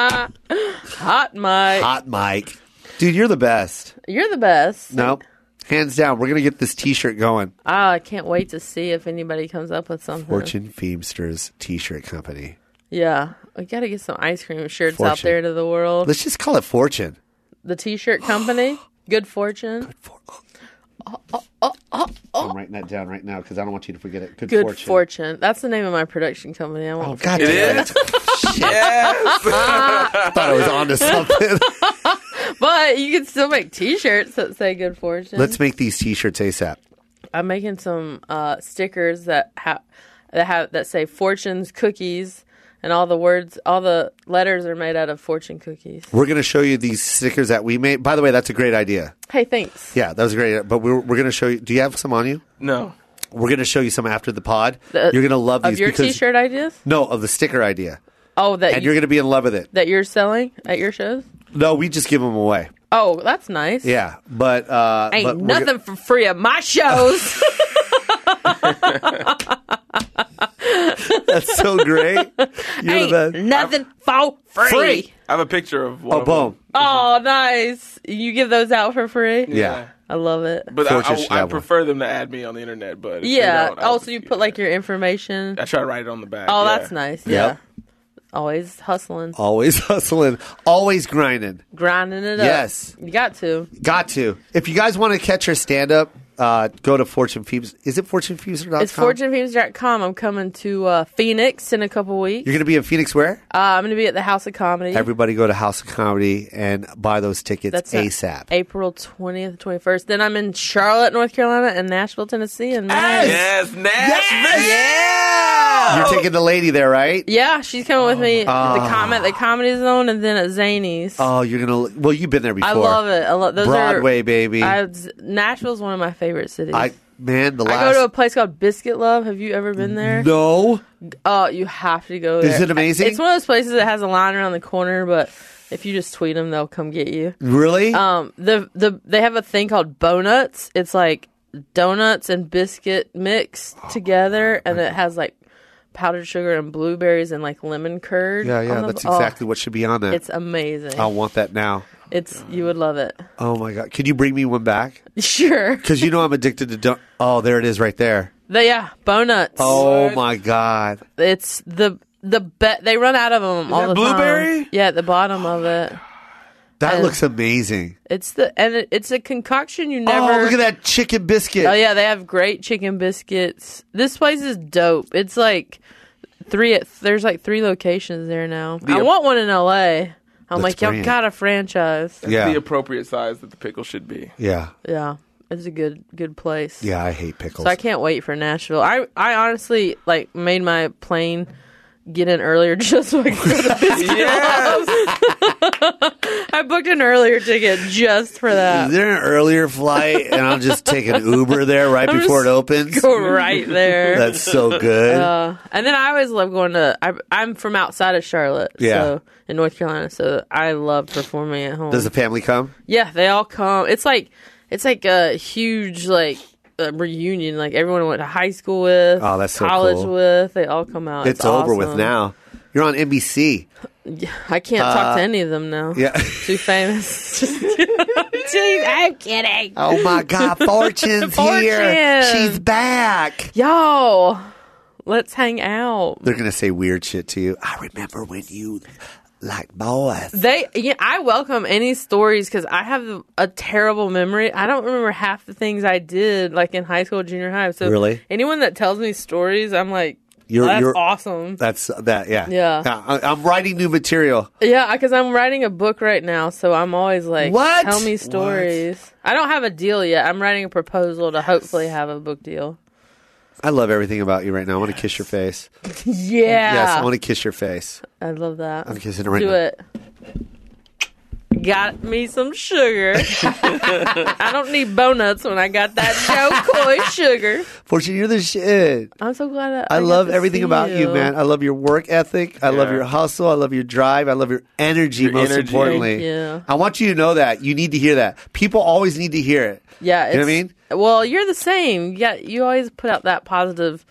[SPEAKER 3] hot mic.
[SPEAKER 2] Hot mic, dude, you're the best.
[SPEAKER 3] You're the best.
[SPEAKER 2] No, hands down. We're gonna get this T-shirt going.
[SPEAKER 3] Ah, I can't wait to see if anybody comes up with something.
[SPEAKER 2] Fortune Feamsters T-shirt company.
[SPEAKER 3] Yeah, we gotta get some ice cream shirts out
[SPEAKER 2] Fortune.
[SPEAKER 3] there into the world.
[SPEAKER 2] Let's just call it Fortune.
[SPEAKER 3] the
[SPEAKER 2] [GASPS]
[SPEAKER 3] T-shirt company. Good fortune.
[SPEAKER 2] I'm writing that down right now because I don't want you to forget it. Good,
[SPEAKER 3] Oh. Good
[SPEAKER 2] fortune.
[SPEAKER 3] fortune. That's the name of my production company. I
[SPEAKER 2] Oh,
[SPEAKER 3] want.
[SPEAKER 2] God damn it.
[SPEAKER 4] Yes.
[SPEAKER 2] I thought I
[SPEAKER 3] [LAUGHS]
[SPEAKER 2] was onto something.
[SPEAKER 3] But you can still make T-shirts that say "Good Fortune."
[SPEAKER 2] Let's make these T-shirts ASAP.
[SPEAKER 3] I'm making some uh, stickers that have that have that say fortunes cookies, and all the words, all the letters are made out of fortune cookies.
[SPEAKER 2] We're going to show you these stickers that we made. By the way, that's a great idea.
[SPEAKER 3] Hey, thanks.
[SPEAKER 2] Yeah, that was a great. But we're, we're going to show you. Do you have some on you?
[SPEAKER 4] No.
[SPEAKER 2] We're going to show you some after the pod.
[SPEAKER 3] The-
[SPEAKER 2] you're going to love
[SPEAKER 3] Of
[SPEAKER 2] these
[SPEAKER 3] your
[SPEAKER 2] because
[SPEAKER 3] T-shirt ideas?
[SPEAKER 2] no, of the sticker idea,
[SPEAKER 3] Oh, that
[SPEAKER 2] and you're
[SPEAKER 3] you,
[SPEAKER 2] going to be in love with it.
[SPEAKER 3] that you're selling at your shows?
[SPEAKER 2] No, we just give them away.
[SPEAKER 3] Oh, that's nice.
[SPEAKER 2] Yeah, but uh,
[SPEAKER 3] Ain't
[SPEAKER 2] but we're
[SPEAKER 3] nothing
[SPEAKER 2] gonna- [LAUGHS]
[SPEAKER 3] for free at my shows.
[SPEAKER 2] that's so great. You're
[SPEAKER 3] Ain't
[SPEAKER 2] the best.
[SPEAKER 3] nothing for free.
[SPEAKER 2] Free.
[SPEAKER 4] I have a picture of one
[SPEAKER 2] Oh,
[SPEAKER 4] of them.
[SPEAKER 2] boom.
[SPEAKER 3] Oh, nice. You give those out for free?
[SPEAKER 2] Yeah.
[SPEAKER 3] I love it.
[SPEAKER 4] But
[SPEAKER 2] Fortune
[SPEAKER 4] I,
[SPEAKER 2] should
[SPEAKER 4] I, I
[SPEAKER 2] have one.
[SPEAKER 4] prefer them to add me on the internet. But if they
[SPEAKER 3] Yeah.
[SPEAKER 4] don't, I'll
[SPEAKER 3] Oh,
[SPEAKER 4] just-
[SPEAKER 3] so you put like your information.
[SPEAKER 4] I try to write it on the back.
[SPEAKER 3] Oh,
[SPEAKER 4] yeah.
[SPEAKER 3] that's nice.
[SPEAKER 2] Yep.
[SPEAKER 3] Yeah. Always hustling.
[SPEAKER 2] Always [LAUGHS] hustling. Always grinding.
[SPEAKER 3] grinding it up.
[SPEAKER 2] Yes.
[SPEAKER 3] you got to.
[SPEAKER 2] Got to. If you guys want to catch her stand up, uh, go to Fortune Phoebes. Is it fortunefeebs.com?
[SPEAKER 3] It's fortunefemes.com. I'm coming to uh, Phoenix in a couple weeks.
[SPEAKER 2] You're going to be in Phoenix where?
[SPEAKER 3] Uh, I'm going to be at the House of Comedy.
[SPEAKER 2] Everybody go to House of Comedy and buy those tickets
[SPEAKER 3] That's not-
[SPEAKER 2] ASAP.
[SPEAKER 3] April 20th, 21st. Then I'm in Charlotte, North Carolina, and Nashville, Tennessee. And
[SPEAKER 4] Yes, Nashville.
[SPEAKER 2] You're taking the lady there, right?
[SPEAKER 3] yeah, she's coming with me at the com at the Comedy Zone, and then at Zanies.
[SPEAKER 2] Ah. Oh, you're going to. Well, you've been there before.
[SPEAKER 3] I love it. I love those are-
[SPEAKER 2] Broadway, baby.
[SPEAKER 3] I- Nashville's one of my favorite cities.
[SPEAKER 2] I man, the last.
[SPEAKER 3] I go to a place called Biscuit Love. Have you ever been there?
[SPEAKER 2] no,
[SPEAKER 3] Oh, you have to go there.
[SPEAKER 2] Is it amazing?
[SPEAKER 3] It's one of those places that has a line around the corner, but if you just tweet them, they'll come get you.
[SPEAKER 2] really?
[SPEAKER 3] Um, the the they have a thing called Bonuts. It's like donuts and biscuit mixed
[SPEAKER 2] Oh,
[SPEAKER 3] together, and it has like powdered sugar and blueberries and like lemon curd.
[SPEAKER 2] yeah, yeah,
[SPEAKER 3] on the-
[SPEAKER 2] that's
[SPEAKER 3] oh,
[SPEAKER 2] exactly Oh. what should be on that.
[SPEAKER 3] it's amazing.
[SPEAKER 2] I want that now.
[SPEAKER 3] It's you would love it. [LAUGHS]
[SPEAKER 2] Oh my god, could you bring me one back?
[SPEAKER 3] Sure.
[SPEAKER 2] Because you know I'm addicted to. Don- oh, there it is, right there.
[SPEAKER 3] They, yeah, Bonuts.
[SPEAKER 2] Oh my god,
[SPEAKER 3] It's the the bet they run out of them all the
[SPEAKER 4] blueberry?
[SPEAKER 3] time. Yeah, at the bottom of it.
[SPEAKER 2] that
[SPEAKER 3] And-
[SPEAKER 2] looks amazing.
[SPEAKER 3] It's the and it, it's a concoction you never.
[SPEAKER 2] Oh, look at that chicken biscuit.
[SPEAKER 3] Oh yeah, they have great chicken biscuits. This place is dope. It's like three. There's like three locations there now. I want one in L.A. I'm
[SPEAKER 2] That's
[SPEAKER 3] like, y'all
[SPEAKER 2] brilliant.
[SPEAKER 3] got a franchise.
[SPEAKER 2] yeah,
[SPEAKER 4] The appropriate size that the pickle should be.
[SPEAKER 2] yeah,
[SPEAKER 3] Yeah, it's a good good place.
[SPEAKER 2] yeah. I hate pickles.
[SPEAKER 3] So I can't wait for Nashville. I I honestly like made my plane get in earlier [LAUGHS] just so I could
[SPEAKER 2] [LAUGHS]
[SPEAKER 3] go to Biscuit Love. [LAUGHS] I booked an earlier ticket just for
[SPEAKER 2] Is
[SPEAKER 3] that.
[SPEAKER 2] there an earlier flight, and I'll just take an Uber there right
[SPEAKER 3] [LAUGHS] I'm
[SPEAKER 2] before it
[SPEAKER 3] just
[SPEAKER 2] opens?
[SPEAKER 3] Go right there.
[SPEAKER 2] That's so good.
[SPEAKER 3] Uh, and then I always love going to. I, I'm from outside of Charlotte,
[SPEAKER 2] Yeah.
[SPEAKER 3] so in North Carolina, so I love performing at home.
[SPEAKER 2] Does the family come?
[SPEAKER 3] yeah, they all come. It's like it's like a huge like uh reunion. Like everyone I went to high school with,
[SPEAKER 2] Oh, that's so
[SPEAKER 3] college
[SPEAKER 2] cool.
[SPEAKER 3] with. They all come out.
[SPEAKER 2] It's,
[SPEAKER 3] It's,
[SPEAKER 2] over with
[SPEAKER 3] awesome.
[SPEAKER 2] now. You're on NBC.
[SPEAKER 3] I can't talk to any of them now.
[SPEAKER 2] Uh, Yeah.
[SPEAKER 3] too
[SPEAKER 2] [LAUGHS]
[SPEAKER 3] famous. [LAUGHS] Just kidding. Jeez, I'm kidding.
[SPEAKER 2] Oh my
[SPEAKER 3] [LAUGHS]
[SPEAKER 2] God, Fortune's here.
[SPEAKER 3] Fortune.
[SPEAKER 2] She's back.
[SPEAKER 3] Yo, let's hang out.
[SPEAKER 2] They're gonna say weird shit to you. I remember when you liked boys.
[SPEAKER 3] They, yeah, I welcome any stories because I have a terrible memory. I don't remember half the things I did, like in high school, junior high. So
[SPEAKER 2] Really?
[SPEAKER 3] anyone that tells me stories, I'm like,
[SPEAKER 2] You're-
[SPEAKER 3] that's
[SPEAKER 2] you're-
[SPEAKER 3] awesome.
[SPEAKER 2] That's that. Yeah.
[SPEAKER 3] Yeah.
[SPEAKER 2] I, am writing new material.
[SPEAKER 3] yeah, because I'm writing a book right now, so I'm always like,
[SPEAKER 2] What?
[SPEAKER 3] Tell me
[SPEAKER 2] What?
[SPEAKER 3] stories. I don't have a deal yet. I'm writing a proposal to hopefully have a book deal.
[SPEAKER 2] I love everything about you right now. I want to kiss your face.
[SPEAKER 3] Yeah,
[SPEAKER 2] Yes, I want to kiss your face.
[SPEAKER 3] I love that.
[SPEAKER 2] I'm kissing it right
[SPEAKER 3] Do
[SPEAKER 2] now.
[SPEAKER 3] it. Got me some sugar. [LAUGHS] I don't need bonuts when I got that Joe Coy sugar.
[SPEAKER 2] Fortune, you're the shit.
[SPEAKER 3] I'm so glad. I,
[SPEAKER 2] I,
[SPEAKER 3] got
[SPEAKER 2] love
[SPEAKER 3] to
[SPEAKER 2] everything
[SPEAKER 3] see
[SPEAKER 2] about you, man. I love your work ethic. I love
[SPEAKER 4] Yeah.
[SPEAKER 2] your hustle. I love your drive. I love your energy,
[SPEAKER 4] Your
[SPEAKER 2] most
[SPEAKER 4] energy.
[SPEAKER 2] importantly.
[SPEAKER 3] Thank you.
[SPEAKER 2] I want you to know that. You need to hear that. People always need to hear it.
[SPEAKER 3] Yeah,
[SPEAKER 2] You know what I
[SPEAKER 3] it's- Well, you're the same. Yeah, you always put out that positive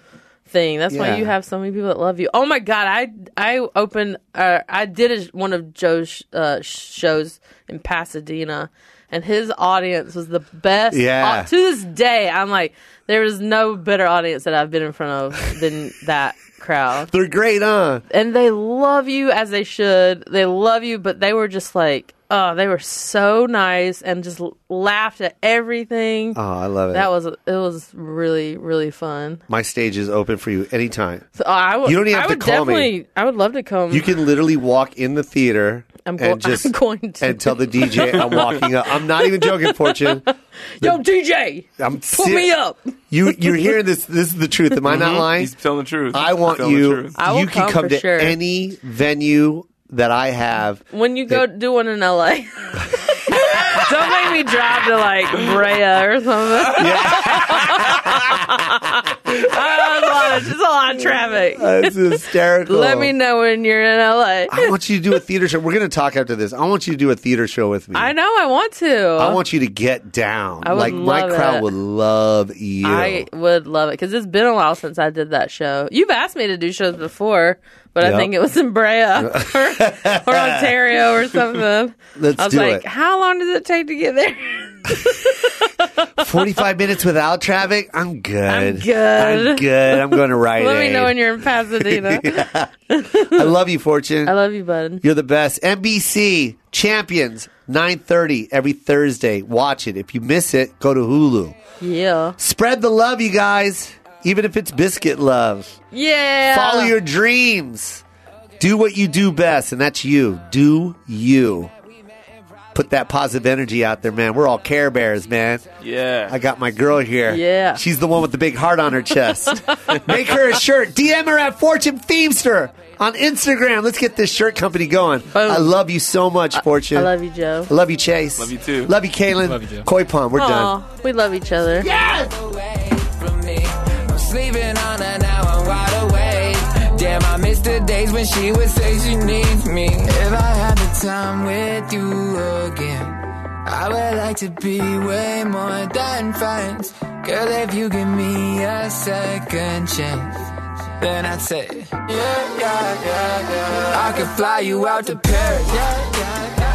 [SPEAKER 3] thing. That's
[SPEAKER 2] Yeah.
[SPEAKER 3] why you have so many people that love you. Oh my God, I I opened. Uh, I did a, one of Joe's uh, shows in Pasadena. And his audience was the best.
[SPEAKER 2] Yeah.
[SPEAKER 3] Uh, to this day, I'm like, there is no better audience that I've been in front
[SPEAKER 2] [LAUGHS]
[SPEAKER 3] of than that crowd
[SPEAKER 2] They're great, huh?
[SPEAKER 3] and they love you as they should. They love you, but they were just like, oh, they were so nice and just l- laughed at everything.
[SPEAKER 2] Oh, I love it.
[SPEAKER 3] that was it was really really fun.
[SPEAKER 2] My stage is open for you anytime.
[SPEAKER 3] So oh, I would
[SPEAKER 2] You don't even
[SPEAKER 3] I
[SPEAKER 2] have to
[SPEAKER 3] would
[SPEAKER 2] call me.
[SPEAKER 3] definitely I would love to come.
[SPEAKER 2] You can literally walk in the theater
[SPEAKER 3] I'm, go- [LAUGHS]
[SPEAKER 2] and just
[SPEAKER 3] I'm going to
[SPEAKER 2] and tell the
[SPEAKER 3] [LAUGHS]
[SPEAKER 2] DJ I'm walking up. I'm not even joking, Fortune.
[SPEAKER 3] yo DJ
[SPEAKER 2] I'm
[SPEAKER 3] put me up.
[SPEAKER 2] You you're hearing this. This is the truth. Am I not lying?
[SPEAKER 4] Mm-hmm. He's telling the truth. [LAUGHS]
[SPEAKER 2] I
[SPEAKER 4] He's
[SPEAKER 2] want
[SPEAKER 4] telling the
[SPEAKER 2] you.
[SPEAKER 4] truth.
[SPEAKER 3] I will
[SPEAKER 2] you can
[SPEAKER 3] come
[SPEAKER 2] come
[SPEAKER 3] for
[SPEAKER 2] to
[SPEAKER 3] sure.
[SPEAKER 2] any venue that I
[SPEAKER 4] [LAUGHS]
[SPEAKER 2] have.
[SPEAKER 3] When you go do one
[SPEAKER 2] [LAUGHS]
[SPEAKER 3] in LA. Don't make me drive to like Brea or something. [LAUGHS] That's a lot of- it's a lot of traffic.
[SPEAKER 2] That's hysterical.
[SPEAKER 3] Let me know when you're in LA.
[SPEAKER 2] Oh. I want you to do a theater show. We're going to talk after this. I want you to do a theater show with me.
[SPEAKER 3] I know I want to.
[SPEAKER 2] I want you to get down.
[SPEAKER 3] I would
[SPEAKER 2] like my
[SPEAKER 3] love
[SPEAKER 2] crowd
[SPEAKER 3] it.
[SPEAKER 2] would love you.
[SPEAKER 3] I would love it because it's been a while since I did that show. You've asked me to do shows before, but
[SPEAKER 2] Yep.
[SPEAKER 3] I think it was in Brea
[SPEAKER 2] [LAUGHS]
[SPEAKER 3] or, or Ontario or something.
[SPEAKER 2] Let's
[SPEAKER 3] I was
[SPEAKER 2] do
[SPEAKER 3] like,
[SPEAKER 2] it.
[SPEAKER 3] how long does it take to
[SPEAKER 2] [LAUGHS]
[SPEAKER 3] get there? [LAUGHS]
[SPEAKER 2] 45 minutes without traffic. I'm good. I'm
[SPEAKER 3] good.
[SPEAKER 2] I'm good. I'm
[SPEAKER 3] [LAUGHS]
[SPEAKER 2] going to write
[SPEAKER 3] Let me know when you're
[SPEAKER 2] [LAUGHS]
[SPEAKER 3] in Pasadena.
[SPEAKER 2] I love you, Fortune.
[SPEAKER 3] I love you, bud.
[SPEAKER 2] You're the best. NBC Champions 9:30 every Thursday. Watch it. If you miss it, go to Hulu.
[SPEAKER 3] Yeah.
[SPEAKER 2] Spread the love, you guys. Even if it's biscuit love.
[SPEAKER 3] Yeah.
[SPEAKER 2] Follow your dreams. Do what you do best, and that's you. Do you. Put that positive energy out there, man. We're all Care Bears, man.
[SPEAKER 4] Yeah.
[SPEAKER 2] I got my girl here.
[SPEAKER 3] Yeah.
[SPEAKER 2] She's the one with the big heart on her
[SPEAKER 3] [LAUGHS]
[SPEAKER 2] chest. Make her a shirt. DM her at Fortune Themester on Instagram. Let's get this shirt company going. I love you so much, Fortune.
[SPEAKER 3] I love you, Joe.
[SPEAKER 2] I love you, Chase.
[SPEAKER 4] Love you too.
[SPEAKER 2] Love you, Kaylin.
[SPEAKER 5] Love you, Joe.
[SPEAKER 2] Koi Palm, we're done.
[SPEAKER 3] Aw, we love each other.
[SPEAKER 2] Yes!
[SPEAKER 6] away.
[SPEAKER 7] sleeping on her now I'm wide awake. Damn, I miss the days when she would say she needs me. If I had the time with you again, I would like to be way more than friends. Girl, if you give me a second chance. Then I'd say, yeah, yeah, yeah, yeah. I could fly you out to Paris. Yeah, yeah, yeah.